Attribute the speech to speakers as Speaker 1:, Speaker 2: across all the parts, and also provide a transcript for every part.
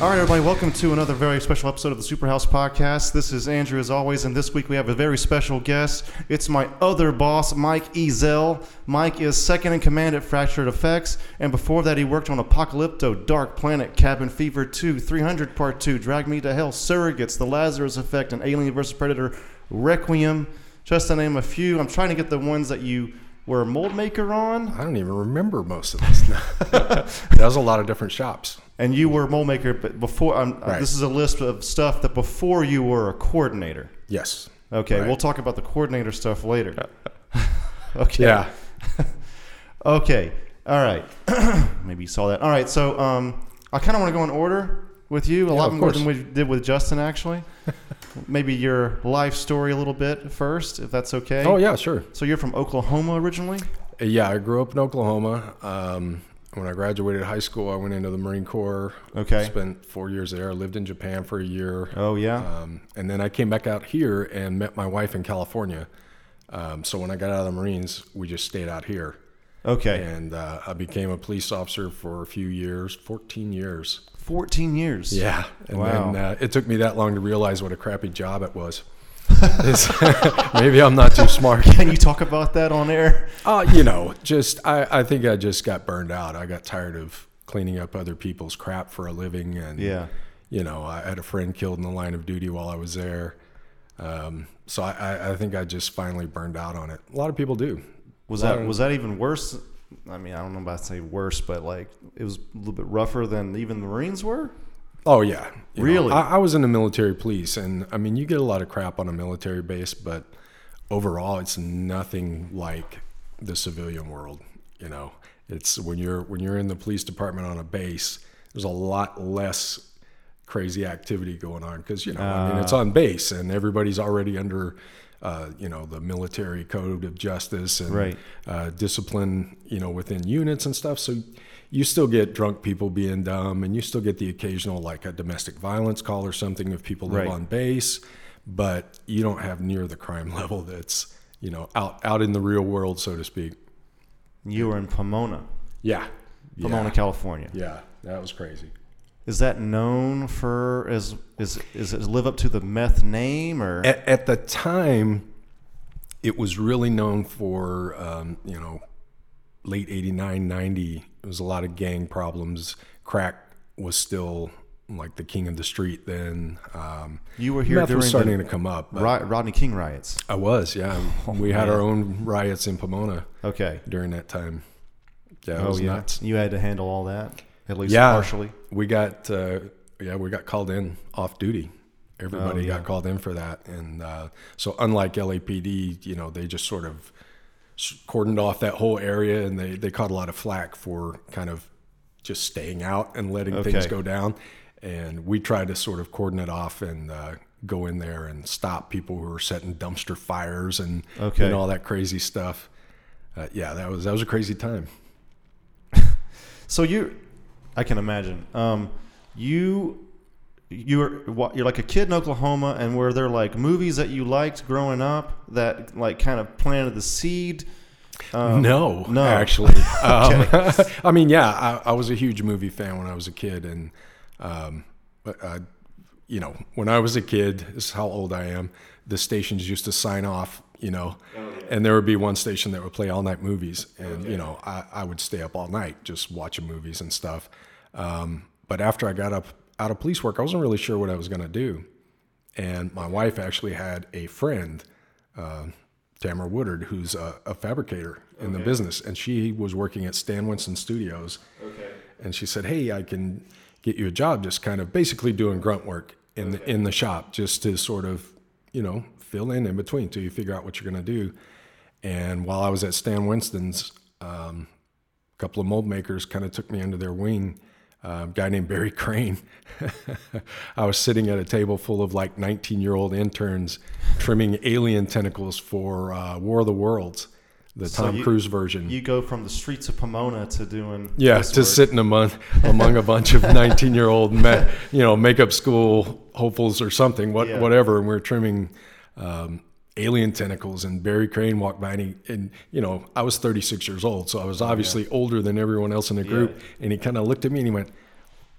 Speaker 1: All right, everybody, welcome to another very special episode of the Superhouse Podcast. This is Andrew, as always, and this week we have a very special guest. It's my other boss, Mike Ezel. Mike is second in command at Fractured Effects, and before that, he worked on Apocalypto, Dark Planet, Cabin Fever 2, 300 Part 2, Drag Me to Hell, Surrogates, The Lazarus Effect, and Alien vs. Predator Requiem, just to name a few. I'm trying to get the ones that you were a mold maker on,
Speaker 2: I don't even remember most of this. that was a lot of different shops.
Speaker 1: and you were a mold maker, but before, um,
Speaker 2: Right.
Speaker 1: this is a list of stuff that before you were a coordinator.
Speaker 2: Yes.
Speaker 1: Okay,
Speaker 2: Right.
Speaker 1: we'll talk about the coordinator stuff later. okay.
Speaker 2: Yeah.
Speaker 1: Okay. All right. Maybe you saw that. All right. So um, I kind of want to go in order with you a lot
Speaker 2: of
Speaker 1: more
Speaker 2: course.
Speaker 1: than we did with Justin actually. Maybe your life story a little bit first, if that's okay.
Speaker 2: Oh yeah, sure.
Speaker 1: So you're from Oklahoma originally.
Speaker 2: Uh, Yeah, I grew up in Oklahoma. Um, when I graduated high school, I went into the Marine Corps.
Speaker 1: Okay.
Speaker 2: Spent four years there. I lived in Japan for a year.
Speaker 1: Oh yeah.
Speaker 2: Um, and then I came back out here and met my wife in California. Um, so when I got out of the Marines, we just stayed out here.
Speaker 1: Okay.
Speaker 2: And uh, I became a police officer for a few years, 14 years.
Speaker 1: 14 years.
Speaker 2: Yeah. And
Speaker 1: Wow.
Speaker 2: then uh, it took me that long to realize what a crappy job it was. It's- Maybe I'm not too smart.
Speaker 1: Can you talk about that on air?
Speaker 2: Uh, you know, just I, I think I just got burned out. I got tired of cleaning up other people's crap for a living. And,
Speaker 1: Yeah.
Speaker 2: you know, I had a friend killed in the line of duty while I was there. Um, so I- I, I think I just finally burned out on it. A lot of people do.
Speaker 1: Was that was that even worse? I mean, I don't know about say worse, but like it was a little bit rougher than even the Marines were.
Speaker 2: Oh yeah, You know,
Speaker 1: Really?
Speaker 2: I, I was in the military police, and I mean, you get a lot of crap on a military base, but overall, it's nothing like the civilian world. You know, it's when you're when you're in the police department on a base, there's a lot less crazy activity going on because you know, I mean,
Speaker 1: Ah.
Speaker 2: it's on base, and everybody's already under. Uh, you know the military code of justice and
Speaker 1: Right.
Speaker 2: uh, discipline, you know, within units and stuff. So you still get drunk people being dumb, and you still get the occasional like a domestic violence call or something if people live
Speaker 1: Right.
Speaker 2: on base, but you don't have near the crime level that's you know out out in the real world, so to speak.
Speaker 1: You were in Pomona,
Speaker 2: Yeah, yeah,
Speaker 1: Pomona, California.
Speaker 2: yeah. That was crazy.
Speaker 1: Is that known for as is is it live up to the meth name or
Speaker 2: At, at the time, it was really known for um, you know late 89 90 it was a lot of gang problems crack was still like the king of the street then um,
Speaker 1: you were here
Speaker 2: meth
Speaker 1: during
Speaker 2: was starting
Speaker 1: the
Speaker 2: to come up but
Speaker 1: Ro- Rodney King riots?
Speaker 2: i was yeah
Speaker 1: Oh,
Speaker 2: we had our own riots in pomona
Speaker 1: Okay.
Speaker 2: during that time yeah it
Speaker 1: Oh
Speaker 2: was
Speaker 1: yeah.
Speaker 2: nuts
Speaker 1: You had to handle all that at least
Speaker 2: Yeah.
Speaker 1: partially.
Speaker 2: we got uh, yeah we got called in off duty everybody
Speaker 1: Oh,
Speaker 2: got called in for that and uh, so unlike lapd you know they just sort of s- cordoned off that whole area and they, they caught a lot of flack for kind of just staying out and letting things
Speaker 1: Okay.
Speaker 2: go down and we tried to sort of cordon it off and uh, go in there and stop people who were setting dumpster fires and,
Speaker 1: Okay.
Speaker 2: and all that crazy stuff uh, yeah that was that was a crazy time
Speaker 1: So you, I can imagine. Um, you, you're wha- you're like a kid in Oklahoma, and were there like movies that you liked growing up that like kind of planted the seed?
Speaker 2: no,
Speaker 1: no.
Speaker 2: actually. Um, I mean, yeah, I, I was a huge movie fan when I was a kid, and um, but, uh, you know, when I was a kid, this is how old I am. The stations used to sign off, you know, and there would be one station that would play all night movies, and you know, I, I would stay up all night just watching movies and stuff. Um, but after I got up out of police work, I wasn't really sure what I was going to do and my wife actually had a friend, uh, Tamara Woodard, who's a, a fabricator in the business, and she was working at Stan Winston Studios. Okay. And she said, "Hey, I can get you a job, just kind of basically doing grunt work in the in the shop, just to sort of, you know, fill in in between till you figure out what you're going to do." And while I was at Stan Winston's, um, a couple of mold makers kind of took me under their wing. Um, a guy named Barry Crane. I was sitting at a table full of like 19 year old interns trimming alien tentacles for uh, War of the Worlds, the Tom
Speaker 1: you-
Speaker 2: Cruise version.
Speaker 1: You go from the streets of Pomona to doing
Speaker 2: yeah,
Speaker 1: this
Speaker 2: to
Speaker 1: work.
Speaker 2: sit in among, among a bunch of 19 year old, ma- you know, makeup school hopefuls or something, what,
Speaker 1: Yeah.
Speaker 2: whatever. And we were trimming um, alien tentacles. And Barry Crane walked by and, he, and, you know, I was 36 years old. So I was obviously older than everyone else in the group. And he kind of looked at me and he went,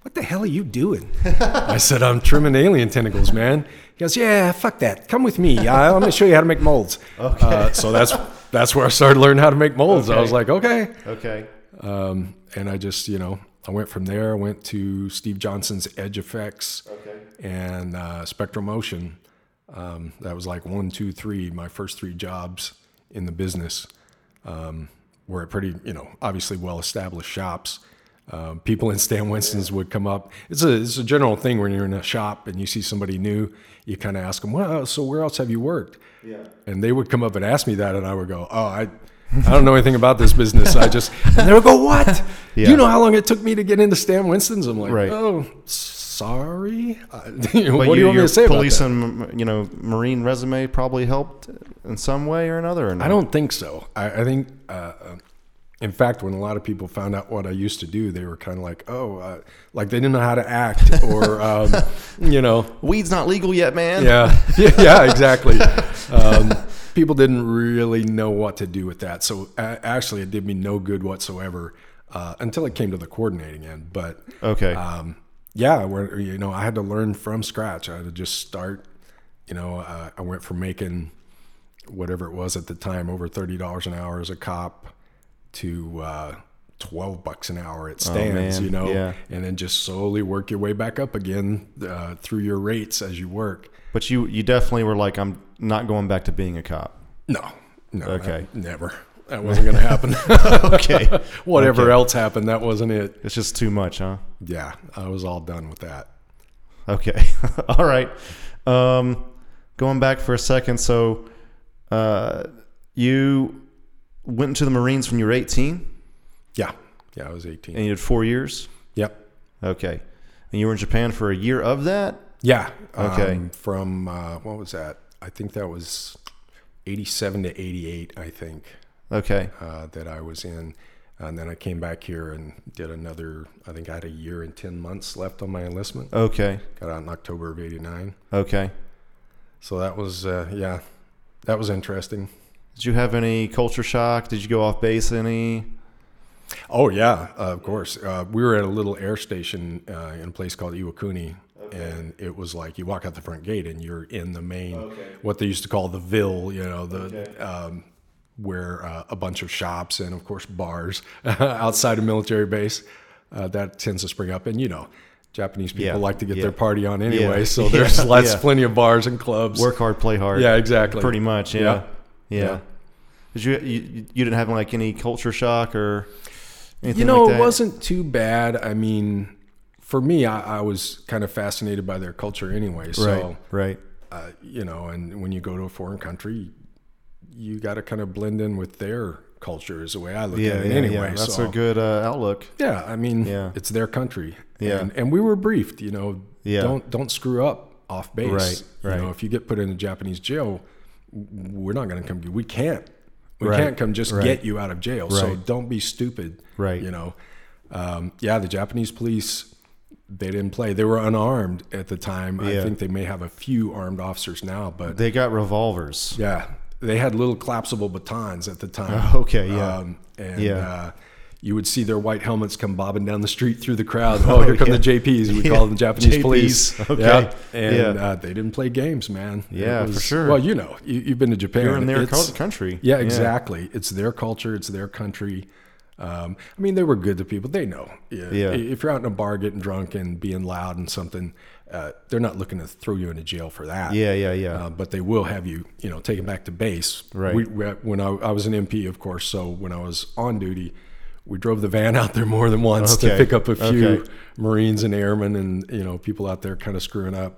Speaker 2: What the hell are you doing? I said, I'm trimming alien tentacles, man. He goes, Yeah, fuck that. Come with me. I, I'm going to show you how to make molds.
Speaker 1: Okay.
Speaker 2: Uh, so that's that's where I started learning how to make molds. I
Speaker 1: Okay.
Speaker 2: was like, Okay.
Speaker 1: Okay.
Speaker 2: Um, and I just, you know, I went from there. I went to Steve Johnson's Edge Effects
Speaker 1: Okay.
Speaker 2: and uh, Spectrum Motion. Um, that was like one, two, three, my first three jobs in the business um, were at pretty, you know, obviously well established shops. Um, people in Stan Winston's would come up. It's a, it's a general thing when you're in a shop and you see somebody new, you kind of ask them, well, so where else have you worked?
Speaker 1: Yeah.
Speaker 2: And they would come up and ask me that, and I would go, "Oh, I, I don't know anything about this business. I just," and they would go, "What? Do
Speaker 1: Yeah.
Speaker 2: you know how long it took me to get into Stan Winston's?" I'm like,
Speaker 1: Right.
Speaker 2: "Oh, sorry. Uh, you know,
Speaker 1: But
Speaker 2: what do you want
Speaker 1: your
Speaker 2: me to say about
Speaker 1: police
Speaker 2: that?"
Speaker 1: and you know marine resume probably helped in some way or another. Or not?
Speaker 2: I don't think so. I, I think, uh, uh, in fact, when a lot of people found out what I used to do, they were kind of like, "Oh, uh, like they didn't know how to act," or um, you know,
Speaker 1: Weed's not legal yet, man.
Speaker 2: yeah, yeah, yeah, exactly. Um, people didn't really know what to do with that, so uh, actually, it did me no good whatsoever uh, until it came to the coordinating end. But
Speaker 1: Okay.
Speaker 2: um, yeah, where you know, I had to learn from scratch. I had to just start. You know, uh, I went from making whatever it was at the time over thirty dollars an hour as a cop to uh, twelve bucks an hour at stands.
Speaker 1: Oh, man.
Speaker 2: You know,
Speaker 1: Yeah.
Speaker 2: and then just slowly work your way back up again uh, through your rates as you work.
Speaker 1: but you you definitely were like, I'm not going back to being a cop.
Speaker 2: No, no,
Speaker 1: Okay.
Speaker 2: that- never. That wasn't going to happen.
Speaker 1: Okay.
Speaker 2: Whatever
Speaker 1: Okay.
Speaker 2: else happened, that wasn't it.
Speaker 1: it's just too much, huh?
Speaker 2: Yeah, I was all done with that.
Speaker 1: Okay. All right. Um, going back for a second. So, uh, you went into the Marines when you were 18
Speaker 2: Yeah, yeah, I was eighteen.
Speaker 1: and you did four years.
Speaker 2: Yep.
Speaker 1: Okay. And you were in Japan for a year of that?
Speaker 2: Yeah.
Speaker 1: Okay.
Speaker 2: um, from uh, what was that? I think that was eighty-seven to eighty-eight. I think
Speaker 1: Okay.
Speaker 2: uh, that I was in, and then I came back here and did another. I think I had a year and ten months left on my enlistment.
Speaker 1: Okay.
Speaker 2: Got out in October of eighty-nine.
Speaker 1: Okay.
Speaker 2: So that was uh, yeah, that was interesting.
Speaker 1: Did you have any culture shock? Did you go off base any?
Speaker 2: Oh yeah, uh, of course. Uh, we were at a little air station uh, in a place called Iwakuni, and it was like you walk out the front gate and you're in the main, what they used to call the ville, you know, the um, where uh, a bunch of shops and of course bars outside a military base uh, that tends to spring up, and you know. Japanese people
Speaker 1: Yeah,
Speaker 2: like to get
Speaker 1: yeah.
Speaker 2: their party on anyway,
Speaker 1: Yeah,
Speaker 2: so there's
Speaker 1: yeah,
Speaker 2: lots,
Speaker 1: yeah.
Speaker 2: plenty of bars and clubs.
Speaker 1: Work hard, play hard.
Speaker 2: yeah, exactly.
Speaker 1: Pretty much. Yeah. Yeah.
Speaker 2: Yeah.
Speaker 1: yeah.
Speaker 2: Yeah.
Speaker 1: Did you, you you didn't have like any culture shock or anything
Speaker 2: you know
Speaker 1: like that?
Speaker 2: it wasn't too bad i mean for me i, I was kind of fascinated by their culture anyway so
Speaker 1: Right. Right.
Speaker 2: uh, you know and when you go to a foreign country you got to kind of blend in with their culture is the way i look
Speaker 1: Yeah.
Speaker 2: at
Speaker 1: yeah,
Speaker 2: it
Speaker 1: yeah.
Speaker 2: anyway
Speaker 1: That's
Speaker 2: so
Speaker 1: a good uh, outlook.
Speaker 2: yeah i mean
Speaker 1: Yeah.
Speaker 2: it's their country
Speaker 1: Yeah.
Speaker 2: and, and we were briefed you know
Speaker 1: Yeah.
Speaker 2: don't don't screw up off base
Speaker 1: Right, right.
Speaker 2: you know if you get put in a japanese jail w- we're not going to come get we can't we
Speaker 1: Right,
Speaker 2: can't come just
Speaker 1: right.
Speaker 2: get you out of jail so
Speaker 1: Right.
Speaker 2: don't be stupid
Speaker 1: Right.
Speaker 2: you know um, yeah the japanese police they didn't play they were unarmed at the time i
Speaker 1: Yeah.
Speaker 2: think they may have a few armed officers now but
Speaker 1: They got revolvers.
Speaker 2: yeah, they had little collapsible batons at the time.
Speaker 1: Oh, okay, yeah.
Speaker 2: um, and
Speaker 1: Yeah.
Speaker 2: Uh, you would see their white helmets come bobbing down the street through the crowd. Oh, here come
Speaker 1: yeah.
Speaker 2: the JPs. We
Speaker 1: Yeah,
Speaker 2: call them Japanese police.
Speaker 1: JPs,
Speaker 2: Yeah,
Speaker 1: okay,
Speaker 2: and
Speaker 1: yeah.
Speaker 2: Uh, they didn't play games, man. It
Speaker 1: Yeah, for sure.
Speaker 2: Well, you know, you, you've been to Japan.
Speaker 1: You're in their
Speaker 2: It's-
Speaker 1: cul- country.
Speaker 2: yeah, exactly. It's their culture. It's their country. Um, I mean, they were good to people. They know. Yeah.
Speaker 1: Yeah.
Speaker 2: If you're out in a bar getting drunk and being loud and something, uh, they're not looking to throw you into jail for that.
Speaker 1: Yeah. Yeah. Yeah.
Speaker 2: Uh, but they will have you, you know, taken back to base.
Speaker 1: Right.
Speaker 2: We, we, when I, I was an MP, of course, so when I was on duty, we drove the van out there more than once
Speaker 1: Okay.
Speaker 2: to pick up a few
Speaker 1: Okay.
Speaker 2: Marines and airmen and you know people out there kind of screwing up.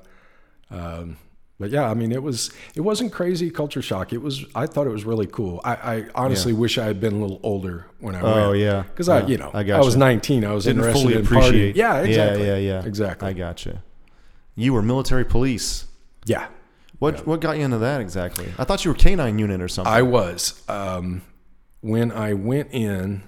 Speaker 2: Um, but yeah, I mean, it was it wasn't crazy culture shock. It was I thought it was really cool. I, I honestly wish I had been a little older when I
Speaker 1: Oh,
Speaker 2: went.
Speaker 1: yeah.
Speaker 2: because
Speaker 1: Yeah.
Speaker 2: I you know
Speaker 1: I
Speaker 2: I,
Speaker 1: gotcha.
Speaker 2: was 19. I was
Speaker 1: Didn't
Speaker 2: interested
Speaker 1: fully
Speaker 2: in
Speaker 1: appreciate.
Speaker 2: partying. Yeah, exactly.
Speaker 1: Yeah. Yeah. Yeah.
Speaker 2: exactly.
Speaker 1: I gotcha. You were military police.
Speaker 2: yeah.
Speaker 1: What what got you into that exactly? I thought you were canine unit or something.
Speaker 2: I was. Um, when I went in,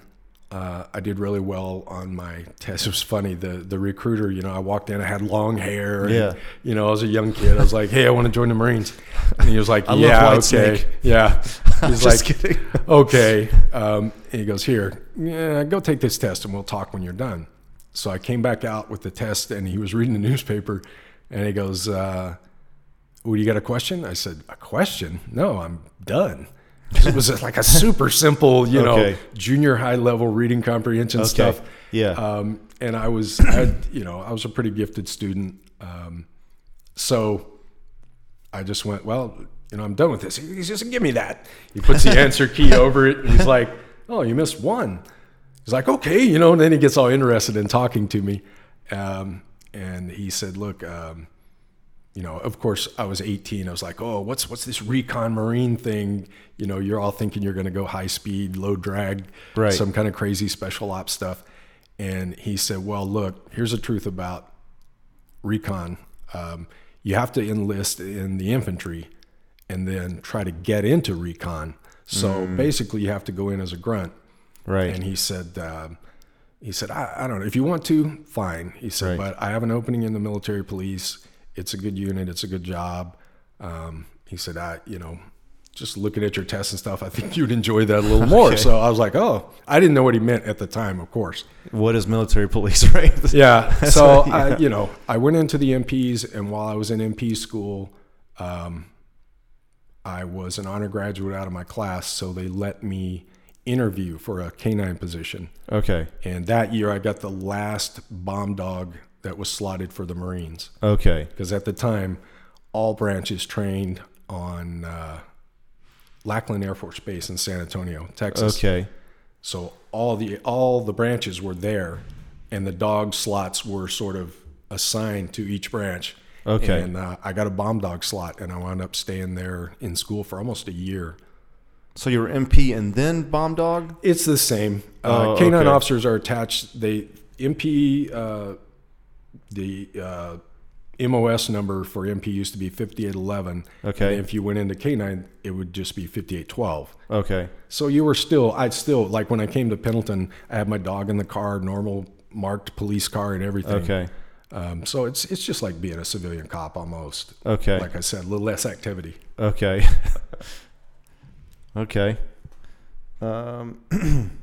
Speaker 2: uh, I did really well on my test. It was funny. The the recruiter, you know, I walked in, I had long hair. and,
Speaker 1: Yeah.
Speaker 2: You know, I was a young kid. I was like, hey, I want to join the Marines. And he was like,
Speaker 1: love
Speaker 2: yeah, okay.
Speaker 1: Whitesnake."
Speaker 2: Yeah. He's
Speaker 1: Just
Speaker 2: like,
Speaker 1: kidding.
Speaker 2: okay. Um, and he goes, here, yeah, go take this test and we'll talk when you're done. So I came back out with the test, and he was reading the newspaper, and he goes, uh, "Well, you got a question?" I said, "A question? No, I'm done." it was like a super simple, you know,
Speaker 1: Okay.
Speaker 2: junior high level reading comprehension stuff.
Speaker 1: Yeah.
Speaker 2: Um, and I was, I had, you know, I was a pretty gifted student. Um, so I just went, well, you know, I'm done with this. He- He's just give me that. He puts the answer key over it, and he's like, oh, you missed one. He's like, okay, you know. And then he gets all interested in talking to me, um, and he said, look. Um, you know, of course, I was 18. I was like, oh, what's what's this recon marine thing? You know, you're all thinking you're going to go high speed, low drag,
Speaker 1: Right.
Speaker 2: some kind of crazy special ops stuff. And he said, well, look, here's the truth about recon. Um, you have to enlist in the infantry and then try to get into recon. So basically, you have to go in as a grunt.
Speaker 1: right.
Speaker 2: And he said, um, he said, I, I don't know if you want to, fine. He
Speaker 1: Right.
Speaker 2: said, but I have an opening in the military police. It's a good unit. It's a good job. Um, he said, I, you know, just looking at your tests and stuff, I think you'd enjoy that a little more. So I was like, oh, I didn't know what he meant at the time, of course.
Speaker 1: What is military police, right?
Speaker 2: Yeah. So
Speaker 1: what-
Speaker 2: I, you know, I went into the MPs, and while I was in MP school, um, I was an honor graduate out of my class, so they let me interview for a canine position.
Speaker 1: Okay.
Speaker 2: And that year, I got the last bomb dog that was slotted for the Marines.
Speaker 1: Okay.
Speaker 2: Because at the time, all branches trained on uh, Lackland Air Force Base in San Antonio, Texas.
Speaker 1: Okay.
Speaker 2: So all the all the branches were there, and the dog slots were sort of assigned to each branch.
Speaker 1: Okay.
Speaker 2: And uh, I got a bomb dog slot, and I wound up staying there in school for almost a year.
Speaker 1: So you were MP and then bomb dog?
Speaker 2: It's the same. Uh,
Speaker 1: Oh,
Speaker 2: canine
Speaker 1: okay.
Speaker 2: officers are attached. They MP uh, the uh, MOS number for MP used to be fifty eight eleven.
Speaker 1: Okay.
Speaker 2: And if you went into canine, it would just be fifty eight twelve.
Speaker 1: Okay.
Speaker 2: So you were still. I'd still like when I came to Pendleton. I had my dog in the car, normal marked police car, and everything.
Speaker 1: Okay.
Speaker 2: Um, so it's it's just like being a civilian cop almost.
Speaker 1: Okay.
Speaker 2: Like I said, a little less activity.
Speaker 1: Okay. okay. Um,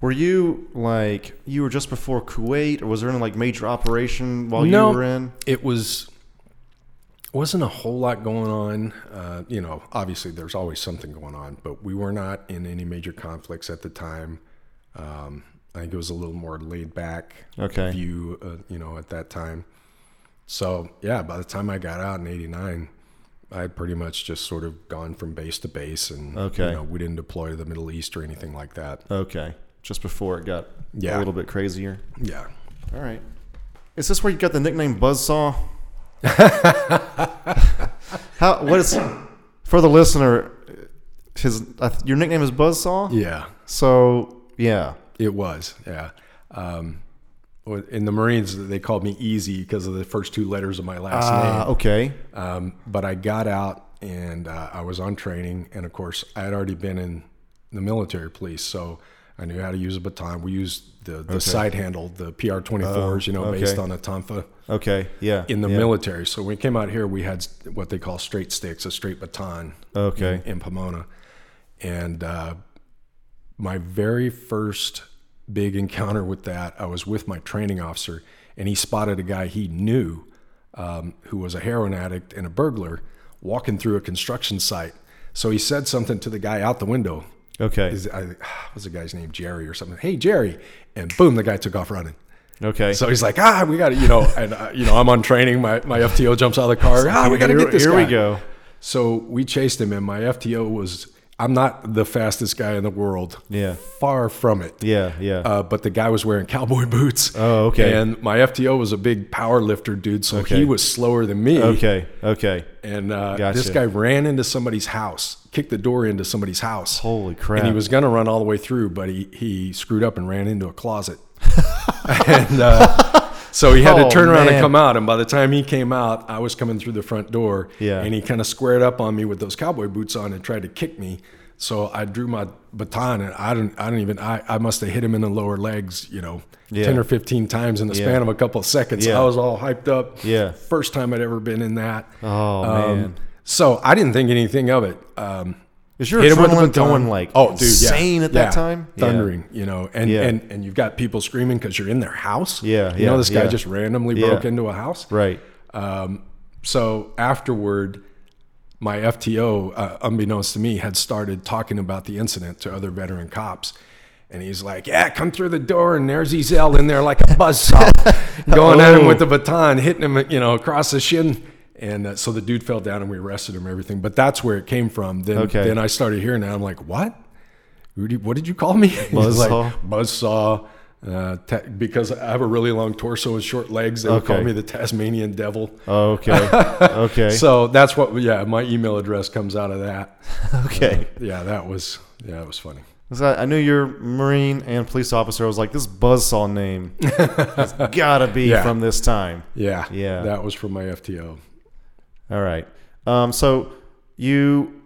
Speaker 1: were you like you were just before Kuwait, or was there any like major operation while
Speaker 2: No.
Speaker 1: you were in?
Speaker 2: it was wasn't a whole lot going on uh, you know obviously there's always something going on but we were not in any major conflicts at the time um, i think it was a little more laid back
Speaker 1: Okay.
Speaker 2: view uh, you know at that time so yeah by the time i got out in 89 i had pretty much just sort of gone from base to base and
Speaker 1: Okay.
Speaker 2: you know we didn't deploy to the middle east or anything like that
Speaker 1: Okay, just before it got
Speaker 2: Yeah.
Speaker 1: a little bit crazier.
Speaker 2: yeah
Speaker 1: All right. Is this where you got the nickname Buzzsaw? How? What is? For the listener, his I th- your nickname is Buzzsaw.
Speaker 2: yeah
Speaker 1: So yeah.
Speaker 2: It was, yeah. Um, well, in the Marines, they called me Easy because of the first two letters of my last
Speaker 1: Ah, okay.
Speaker 2: name. Um, but I got out and uh, I was on training, and of course, I had already been in the military police, so I knew how to use a baton. We used the, the side handle, the PR twenty fours, you know,
Speaker 1: Oh, okay.
Speaker 2: based on a Tomfa
Speaker 1: Okay. Yeah.
Speaker 2: in the
Speaker 1: yeah.
Speaker 2: military. So when we came out here, we had what they call straight sticks, a straight baton
Speaker 1: Okay.
Speaker 2: in Pomona. And uh, my very first big encounter with that, I was with my training officer, and he spotted a guy he knew um, who was a heroin addict and a burglar walking through a construction site. So he said something to the guy out the window.
Speaker 1: Okay.
Speaker 2: Is- I, was the guy's name Jerry or something? Hey Jerry, and boom, the guy took off running.
Speaker 1: Okay.
Speaker 2: So he's like, ah, we got to, you know, and uh, you know, I'm on training. My, my FTO jumps out of the car. Ah, we got to
Speaker 1: here,
Speaker 2: get this
Speaker 1: Here
Speaker 2: guy.
Speaker 1: we go.
Speaker 2: So we chased him, and my FTO was. I'm not the fastest guy in the world.
Speaker 1: Yeah.
Speaker 2: Far from it.
Speaker 1: Yeah, yeah.
Speaker 2: Uh, but the guy was wearing cowboy boots.
Speaker 1: Oh, okay.
Speaker 2: And my FTO was a big power lifter dude, so
Speaker 1: Okay.
Speaker 2: he was slower than me.
Speaker 1: okay, okay.
Speaker 2: And uh,
Speaker 1: Gotcha.
Speaker 2: this guy ran into somebody's house, kicked the door into somebody's house.
Speaker 1: Holy crap.
Speaker 2: And he was going to run all the way through, but he, he screwed up and ran into a closet. and uh, so he had
Speaker 1: Oh,
Speaker 2: to turn around
Speaker 1: man.
Speaker 2: and come out. And by the time he came out, I was coming through the front door.
Speaker 1: Yeah.
Speaker 2: And he kind of squared up on me with those cowboy boots on and tried to kick me. So I drew my baton and I don't I don't even I, I must have hit him in the lower legs, you know,
Speaker 1: Yeah.
Speaker 2: ten or fifteen times in the span of a couple of seconds.
Speaker 1: Yeah.
Speaker 2: I was all hyped up.
Speaker 1: Yeah.
Speaker 2: First time I'd ever been in that.
Speaker 1: Oh man.
Speaker 2: Um, so I didn't think anything of it. Um,
Speaker 1: Is your
Speaker 2: Hit 'em with the
Speaker 1: adrenaline
Speaker 2: baton.
Speaker 1: going like
Speaker 2: Oh, dude, yeah.
Speaker 1: insane at that
Speaker 2: Yeah.
Speaker 1: time? Yeah.
Speaker 2: thundering, you know, and,
Speaker 1: Yeah.
Speaker 2: and and you've got people screaming because you're in their house.
Speaker 1: Yeah,
Speaker 2: you know,
Speaker 1: yeah,
Speaker 2: this guy
Speaker 1: yeah.
Speaker 2: just randomly
Speaker 1: Yeah.
Speaker 2: broke into a house.
Speaker 1: Right.
Speaker 2: So afterward, my FTO, uh, unbeknownst to me, had started talking about the incident to other veteran cops. And he's like, Yeah, come through the door. And there's Ezel in there like a buzzsaw, going at him
Speaker 1: Oh.
Speaker 2: with the baton, hitting him, you know, across the shin. And uh, so the dude fell down and we arrested him and everything. But that's where it came from. Then,
Speaker 1: Okay.
Speaker 2: then I started hearing that. I'm like, What? Rudy, what did you call me? He's like,
Speaker 1: Buzzsaw?
Speaker 2: Buzzsaw. Uh, ta- because I have a really long torso and short legs. They would call
Speaker 1: Okay.
Speaker 2: me the Tasmanian devil.
Speaker 1: Okay. Okay.
Speaker 2: So that's what, yeah, my email address comes out of that.
Speaker 1: okay.
Speaker 2: Yeah, that was, yeah, it was funny.
Speaker 1: 'Cause I, I knew you're Marine and police officer. I was like, this buzzsaw name has gotta be
Speaker 2: Yeah.
Speaker 1: from this time.
Speaker 2: Yeah.
Speaker 1: Yeah.
Speaker 2: That was from my FTO.
Speaker 1: All right. Um, so you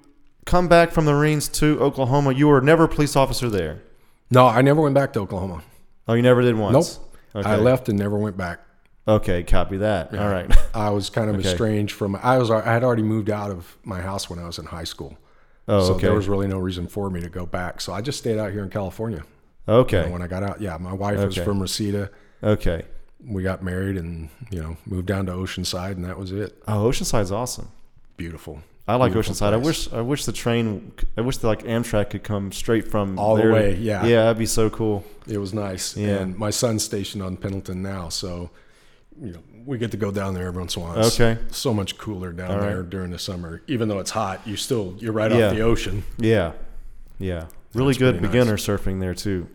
Speaker 1: come back from the Marines to Oklahoma. You were never a police officer there.
Speaker 2: No, I never went back to Oklahoma.
Speaker 1: Oh, you never did once.
Speaker 2: Nope.
Speaker 1: Okay.
Speaker 2: I left and never went back.
Speaker 1: Okay, copy that. All right.
Speaker 2: I was kind of estranged from, I was, I had already moved out of my house when I was in high school.
Speaker 1: Oh,
Speaker 2: so
Speaker 1: okay.
Speaker 2: there was really no reason for me to go back. So I just stayed out here in California.
Speaker 1: okay.
Speaker 2: And when I got out, yeah, my wife was
Speaker 1: Okay.
Speaker 2: from Reseda.
Speaker 1: Okay.
Speaker 2: We got married and, you know, moved down to Oceanside and that was it.
Speaker 1: Oh, Oceanside's awesome.
Speaker 2: Beautiful.
Speaker 1: I like
Speaker 2: Beautiful
Speaker 1: Oceanside. I
Speaker 2: place.
Speaker 1: wish I wish the train I wish the like Amtrak could come straight from
Speaker 2: All the
Speaker 1: there to-
Speaker 2: way, yeah.
Speaker 1: Yeah, that'd be so cool.
Speaker 2: It was nice.
Speaker 1: Yeah.
Speaker 2: And my son's stationed on Pendleton now, so you know, we get to go down there every once in a while. It's
Speaker 1: Okay.
Speaker 2: So much cooler down
Speaker 1: All right.
Speaker 2: there during the summer. Even though it's hot, you still you're right
Speaker 1: Yeah.
Speaker 2: off the ocean.
Speaker 1: Yeah. Yeah. Really
Speaker 2: That's
Speaker 1: good
Speaker 2: pretty nice.
Speaker 1: beginner surfing there too.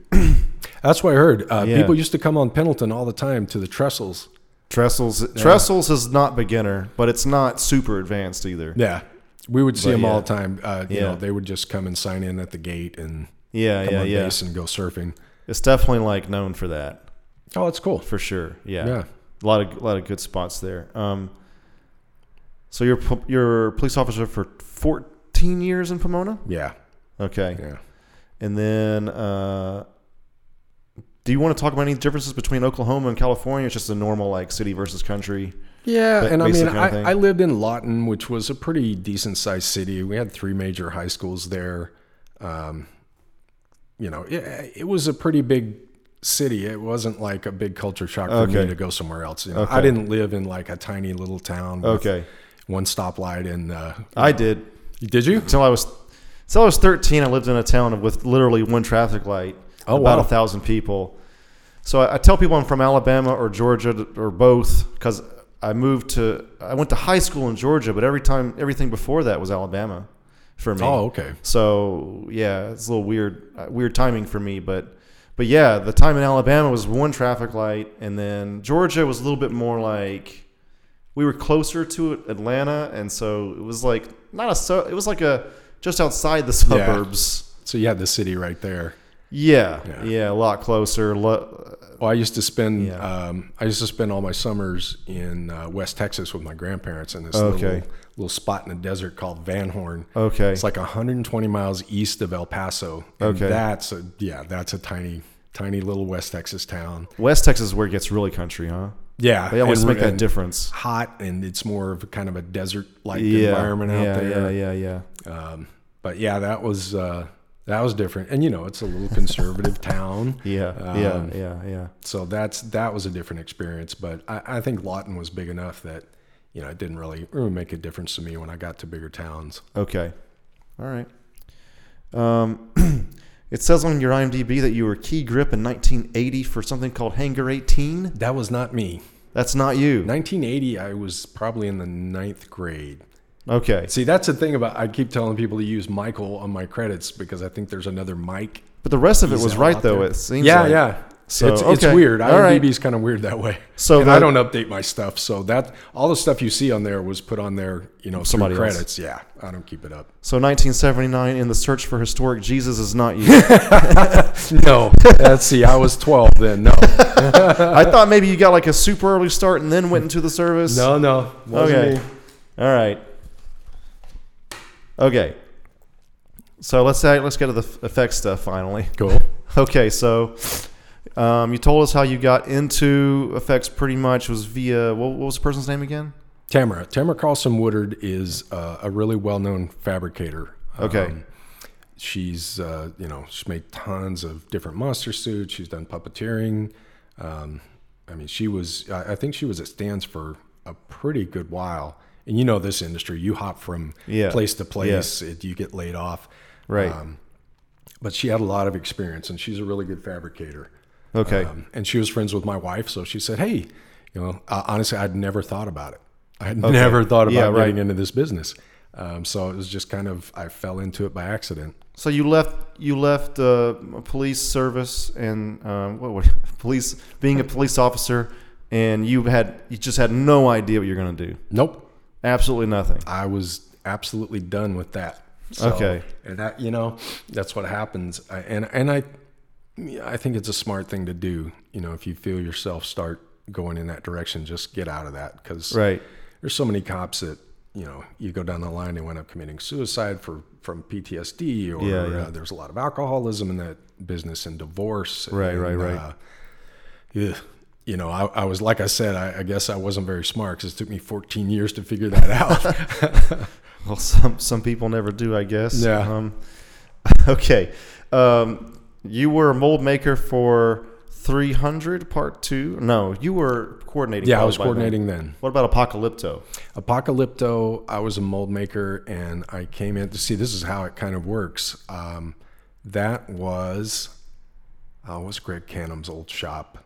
Speaker 2: That's what I heard. Uh,
Speaker 1: Yeah.
Speaker 2: People used to come on Pendleton all the time to the trestles.
Speaker 1: Trestles Trestles is not beginner, but it's not super advanced either.
Speaker 2: Yeah. We would see
Speaker 1: But
Speaker 2: them all
Speaker 1: yeah.
Speaker 2: the time. Uh, you
Speaker 1: Yeah.
Speaker 2: know, they would just come and sign in at the gate and
Speaker 1: Yeah,
Speaker 2: come
Speaker 1: yeah,
Speaker 2: on
Speaker 1: yeah.
Speaker 2: base and go surfing.
Speaker 1: It's definitely like known for that,
Speaker 2: Oh, that's cool.
Speaker 1: for sure. Yeah.
Speaker 2: Yeah.
Speaker 1: A lot of a lot of good spots there. Um So you're pu- you're a police officer for 14 years in Pomona?
Speaker 2: Yeah.
Speaker 1: Okay.
Speaker 2: Yeah.
Speaker 1: And then, uh, do you want to talk about any differences between Oklahoma and California? It's just a normal like city versus country.
Speaker 2: Yeah,
Speaker 1: Ba-
Speaker 2: and I
Speaker 1: basic
Speaker 2: mean,
Speaker 1: kind of thing.
Speaker 2: I, I lived in Lawton, which was a pretty decent sized city. We had three major high schools there. Um, you know, it, it was a pretty big city. It wasn't like a big culture shock for
Speaker 1: Okay.
Speaker 2: me to go somewhere else. You know, I
Speaker 1: Okay.
Speaker 2: didn't live in like a tiny little town. With
Speaker 1: Okay.
Speaker 2: One stoplight and uh,
Speaker 1: I did
Speaker 2: did you?
Speaker 1: until I was until I was 13. I lived in a town with literally one traffic light,
Speaker 2: Oh,
Speaker 1: about
Speaker 2: wow.
Speaker 1: a thousand people. So I, I tell people I'm from Alabama or Georgia to- or both because I moved to I went to high school in Georgia, but every time everything before that was Alabama for me.
Speaker 2: Oh, okay.
Speaker 1: So yeah, it's a little weird, uh, weird timing for me, but but yeah, the time in Alabama was one traffic light, and then Georgia was a little bit more like we were closer to Atlanta, and so it was like not a so it was like a just outside the suburbs.
Speaker 2: So you had the city right there.
Speaker 1: Yeah, yeah,
Speaker 2: Yeah.
Speaker 1: a lot closer. Lo-
Speaker 2: Well, I used to spend
Speaker 1: Yeah.
Speaker 2: um, I used to spend all my summers in uh, West Texas with my grandparents in this
Speaker 1: Okay.
Speaker 2: little little spot in the desert called Van Horn.
Speaker 1: okay,
Speaker 2: It's like 120 miles east of El Paso. And
Speaker 1: Okay.
Speaker 2: That's a yeah, that's a tiny tiny little West Texas town.
Speaker 1: West Texas is where it gets really country, huh?
Speaker 2: Yeah.
Speaker 1: They always
Speaker 2: and-
Speaker 1: make that
Speaker 2: and
Speaker 1: difference.
Speaker 2: Hot and it's more of a kind of a desert like
Speaker 1: Yeah,
Speaker 2: environment out
Speaker 1: yeah,
Speaker 2: there.
Speaker 1: yeah, yeah, yeah.
Speaker 2: Um, but yeah, that was uh, that was different. And you know, it's a little conservative town.
Speaker 1: Yeah,
Speaker 2: Um,
Speaker 1: yeah, yeah, yeah.
Speaker 2: So that's that was a different experience, but I, I think Lawton was big enough that you know it didn't really, really make a difference to me when I got to bigger towns.
Speaker 1: Okay. All right. Um, it says on your IMDb that you were key grip in 1980 for something called Hangar 18.
Speaker 2: That was not me.
Speaker 1: That's not you.
Speaker 2: 1980, I was probably in the ninth grade.
Speaker 1: Okay.
Speaker 2: See, that's the thing about I keep telling people to use Michael on my credits because I think there's another Mike.
Speaker 1: But the rest of it
Speaker 2: He's
Speaker 1: was
Speaker 2: out
Speaker 1: right, though,
Speaker 2: there.
Speaker 1: it seems
Speaker 2: yeah,
Speaker 1: like.
Speaker 2: yeah.
Speaker 1: So,
Speaker 2: it's, it's
Speaker 1: okay.
Speaker 2: weird.
Speaker 1: All right.
Speaker 2: IMDb is kind of weird that way.
Speaker 1: So
Speaker 2: And
Speaker 1: the-
Speaker 2: I don't update my stuff, so that all the stuff you see on there was put on there, you know,
Speaker 1: Somebody
Speaker 2: somebody
Speaker 1: else.
Speaker 2: credits. Yeah, I don't keep it up.
Speaker 1: So 1979 in The Search for Historic Jesus is not you.
Speaker 2: No, let's see. I was 12 then. No,
Speaker 1: I thought maybe you got like a super early start and then went into the service.
Speaker 2: No, no. Wasn't
Speaker 1: Okay.
Speaker 2: me.
Speaker 1: All right. Okay. So let's say, let's get to the f- effects stuff finally.
Speaker 2: Cool.
Speaker 1: Okay, so um, you told us how you got into effects pretty much was via what, what was the person's name again?
Speaker 2: Tamara. Tamara Carlson Woodard is uh, a really well known fabricator.
Speaker 1: Okay.
Speaker 2: Um, she's uh, you know she's made tons of different monster suits. She's done puppeteering. Um, I mean, she was I I think she was at stands for a pretty good while. And you know this industry, you hop from
Speaker 1: Yeah.
Speaker 2: place to place, it, you get laid off.
Speaker 1: Right.
Speaker 2: um, but she had a lot of experience, and she's a really good fabricator.
Speaker 1: okay.
Speaker 2: Um, and she was friends with my wife, so she said, "Hey, you know, uh, honestly, I'd never thought about it. I had never thought about
Speaker 1: Yeah, right.
Speaker 2: getting into this business." Um, so it was just kind of I fell into it by accident.
Speaker 1: so you left you left uh, police service and um, what, what police being a police officer, and you had you just had no idea what you're going to do.
Speaker 2: Nope,
Speaker 1: Absolutely nothing.
Speaker 2: I was absolutely done with that. So,
Speaker 1: Okay.
Speaker 2: and that you know, that's what happens. I, and and I, I think it's a smart thing to do. You know, if you feel yourself start going in that direction, just get out of that because
Speaker 1: Right.
Speaker 2: there's so many cops that you know you go down the line they wind up committing suicide for from PTSD or
Speaker 1: Yeah, yeah.
Speaker 2: Uh, there's a lot of alcoholism in that business and divorce
Speaker 1: Right,
Speaker 2: and,
Speaker 1: right, right.
Speaker 2: uh, yeah, you know I, I was like I said I, I guess I wasn't very smart because it took me 14 years to figure that out
Speaker 1: Well, some some people never do, I guess.
Speaker 2: Yeah.
Speaker 1: Um, okay. Um, you were a mold maker for 300 Part Two. No, you were coordinating.
Speaker 2: yeah I
Speaker 1: probably
Speaker 2: was
Speaker 1: by then.
Speaker 2: coordinating then
Speaker 1: What about Apocalypto?
Speaker 2: Apocalypto, I was a mold maker and I came in to see this is how it kind of works. Um, that was, oh, was Greg Canham's old shop?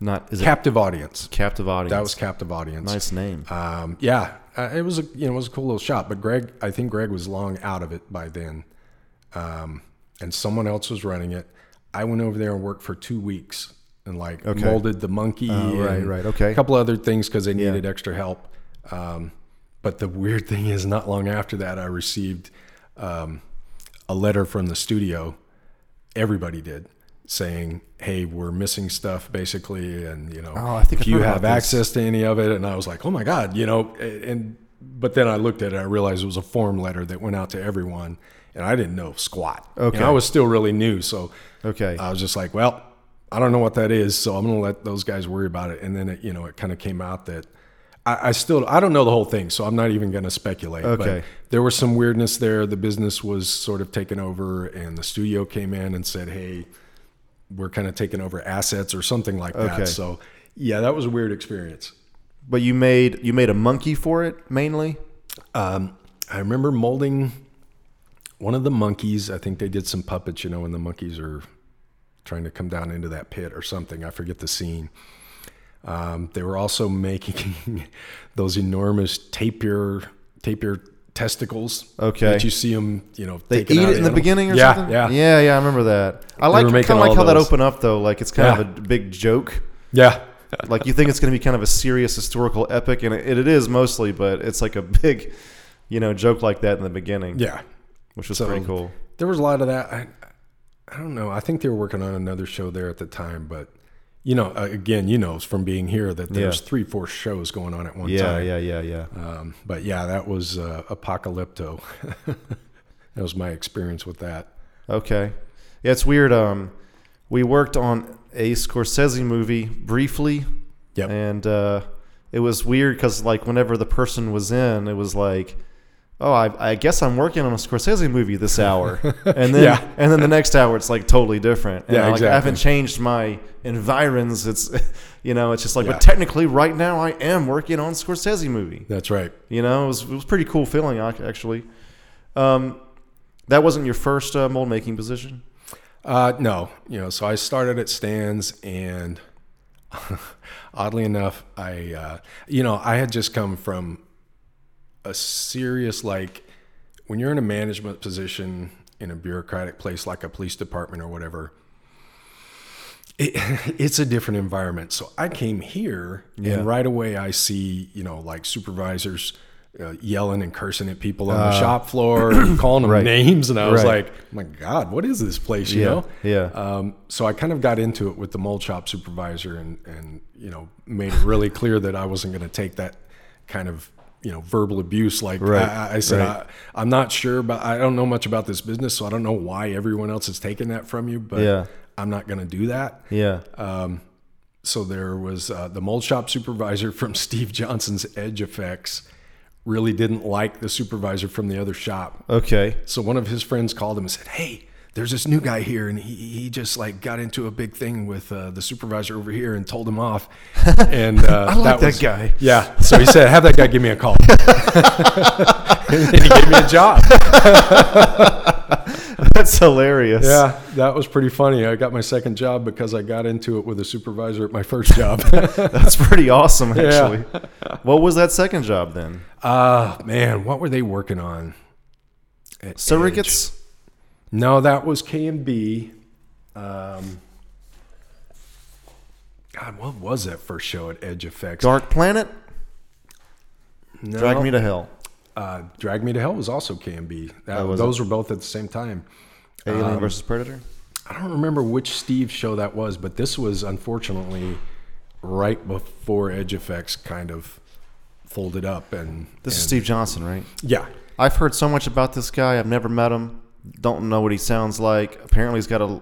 Speaker 1: Not is
Speaker 2: Captive Audience.
Speaker 1: it captive audience?
Speaker 2: That was Captive Audience.
Speaker 1: nice name.
Speaker 2: Um, yeah, uh, it was a you know it was a cool little shop, but Greg, I think Greg was long out of it by then, um, and someone else was running it. I went over there and worked for two weeks and like molded the monkey,
Speaker 1: Oh, right,
Speaker 2: and
Speaker 1: right, okay.
Speaker 2: a couple other things because they needed extra help. Um, but the weird thing is, not long after that, I received um, a letter from the studio. Everybody did saying, "Hey, we're missing stuff, basically, and you know,
Speaker 1: Oh, I think I've
Speaker 2: if you
Speaker 1: heard
Speaker 2: have
Speaker 1: about this.
Speaker 2: access." access to any of it and i was like oh my god you know and and- but then i looked at it i realized it was a form letter that went out to everyone and i didn't know squat You know,
Speaker 1: Okay.
Speaker 2: i was still really new so
Speaker 1: Okay.
Speaker 2: i was just like well i don't know what that is so i'm gonna let those guys worry about it and then it you know it kind of came out that I, I still i don't know the whole thing so i'm not even gonna speculate
Speaker 1: Okay.
Speaker 2: but there was some weirdness there the business was sort of taken over and the studio came in and said hey we're kind of taking over assets or something like
Speaker 1: Okay.
Speaker 2: that so yeah that was a weird experience
Speaker 1: but you made you made a monkey for it mainly.
Speaker 2: Um, I remember molding one of the monkeys. I think they did some puppets, you know, when the monkeys are trying to come down into that pit or something. I forget the scene. Um, they were also making those enormous tapir tapir testicles.
Speaker 1: Okay.
Speaker 2: that you see them, you know,
Speaker 1: They
Speaker 2: taking
Speaker 1: eat
Speaker 2: out
Speaker 1: it in the
Speaker 2: animals.
Speaker 1: beginning or
Speaker 2: yeah,
Speaker 1: something.
Speaker 2: Yeah, yeah,
Speaker 1: yeah, yeah. I remember that. I like
Speaker 2: were
Speaker 1: kind
Speaker 2: making
Speaker 1: of like
Speaker 2: all
Speaker 1: how that
Speaker 2: those.
Speaker 1: opened up though. Like it's kind of
Speaker 2: Yeah.
Speaker 1: a big joke.
Speaker 2: yeah.
Speaker 1: like you think it's going to be kind of a serious historical epic, and it, it is mostly, but it's like a big, you know, joke like that in the beginning,
Speaker 2: yeah.
Speaker 1: which was
Speaker 2: So-
Speaker 1: pretty cool.
Speaker 2: There was a lot of that. I, I don't know. I think they were working on another show there at the time, but you know, uh, again, you know, from being here that there's
Speaker 1: Yeah.
Speaker 2: three, four shows going on at one
Speaker 1: Yeah,
Speaker 2: time.
Speaker 1: yeah, yeah, yeah.
Speaker 2: Um, but yeah, that was uh, Apocalypto. that was my experience with that.
Speaker 1: Okay, yeah, it's weird. Um, we worked on a Scorsese movie briefly,
Speaker 2: Yep.
Speaker 1: and uh, it was weird because like whenever the person was in, it was like. Oh, I, I guess I'm working on a Scorsese movie this hour, and then
Speaker 2: Yeah.
Speaker 1: and then the next hour it's like totally different. And
Speaker 2: Yeah,
Speaker 1: like, I
Speaker 2: exactly.
Speaker 1: haven't changed my environs. It's you know, it's just like,
Speaker 2: Yeah.
Speaker 1: but technically, right now I am working on a Scorsese movie.
Speaker 2: That's right.
Speaker 1: You know, it was it was pretty cool feeling ac- actually. Um, that wasn't your first uh, mold making position.
Speaker 2: Uh, no, you know, so I started at Stan's, and oddly enough, I, uh, you know, I had just come from a serious like when you're in a management position in a bureaucratic place like a police department or whatever. It, it's a different environment. So I came here,
Speaker 1: Yeah.
Speaker 2: and right away I see, you know, like supervisors uh, yelling and cursing at people on the shop floor, and calling them names, and I was
Speaker 1: Uh, Right.
Speaker 2: like, "My God, what is this place?" You
Speaker 1: Yeah,
Speaker 2: know?
Speaker 1: yeah.
Speaker 2: Um, so I kind of got into it with the mold shop supervisor and, and you know, made it really clear that I wasn't going to take that kind of, you know, verbal abuse. Like
Speaker 1: Right,
Speaker 2: I, I said,
Speaker 1: right.
Speaker 2: I, I'm not sure, but I don't know much about this business. So I don't know why everyone else is taking that from you, but
Speaker 1: Yeah.
Speaker 2: I'm not going to do that.
Speaker 1: Yeah.
Speaker 2: uh, So there was uh, the mold shop supervisor from Steve Johnson's Edge Effects really didn't like the supervisor from the other shop.
Speaker 1: Okay.
Speaker 2: So one of his friends called him and said, "Hey, there's this new guy here, and he, he just like got into a big thing with uh, the supervisor over here and told him off." And uh,
Speaker 1: I like that
Speaker 2: was-
Speaker 1: guy.
Speaker 2: Yeah. So he said, "Have that guy give me a call," and he gave me a job.
Speaker 1: That's hilarious.
Speaker 2: Yeah, that was pretty funny. I got my second job because I got into it with a supervisor at my first job.
Speaker 1: That's pretty awesome, actually. What was that second job then?
Speaker 2: Ah, man, what were they working on? at Edge?
Speaker 1: Surrogates?
Speaker 2: No, that was K and B. Um, God, what was that first show at Edge Effects?
Speaker 1: Dark Planet?
Speaker 2: No,
Speaker 1: Drag Me to Hell.
Speaker 2: uh, Drag Me to Hell was also K and B. That,
Speaker 1: That was
Speaker 2: those were both at the same time.
Speaker 1: Alien
Speaker 2: Um,
Speaker 1: versus Predator?
Speaker 2: I don't remember which Steve show that was, but this was unfortunately right before Edge Effects kind of folded up and
Speaker 1: This is
Speaker 2: and-
Speaker 1: Steve Johnson, right?
Speaker 2: Yeah.
Speaker 1: I've heard so much about this guy. I've never met him. Don't know what he sounds like. Apparently, he's got a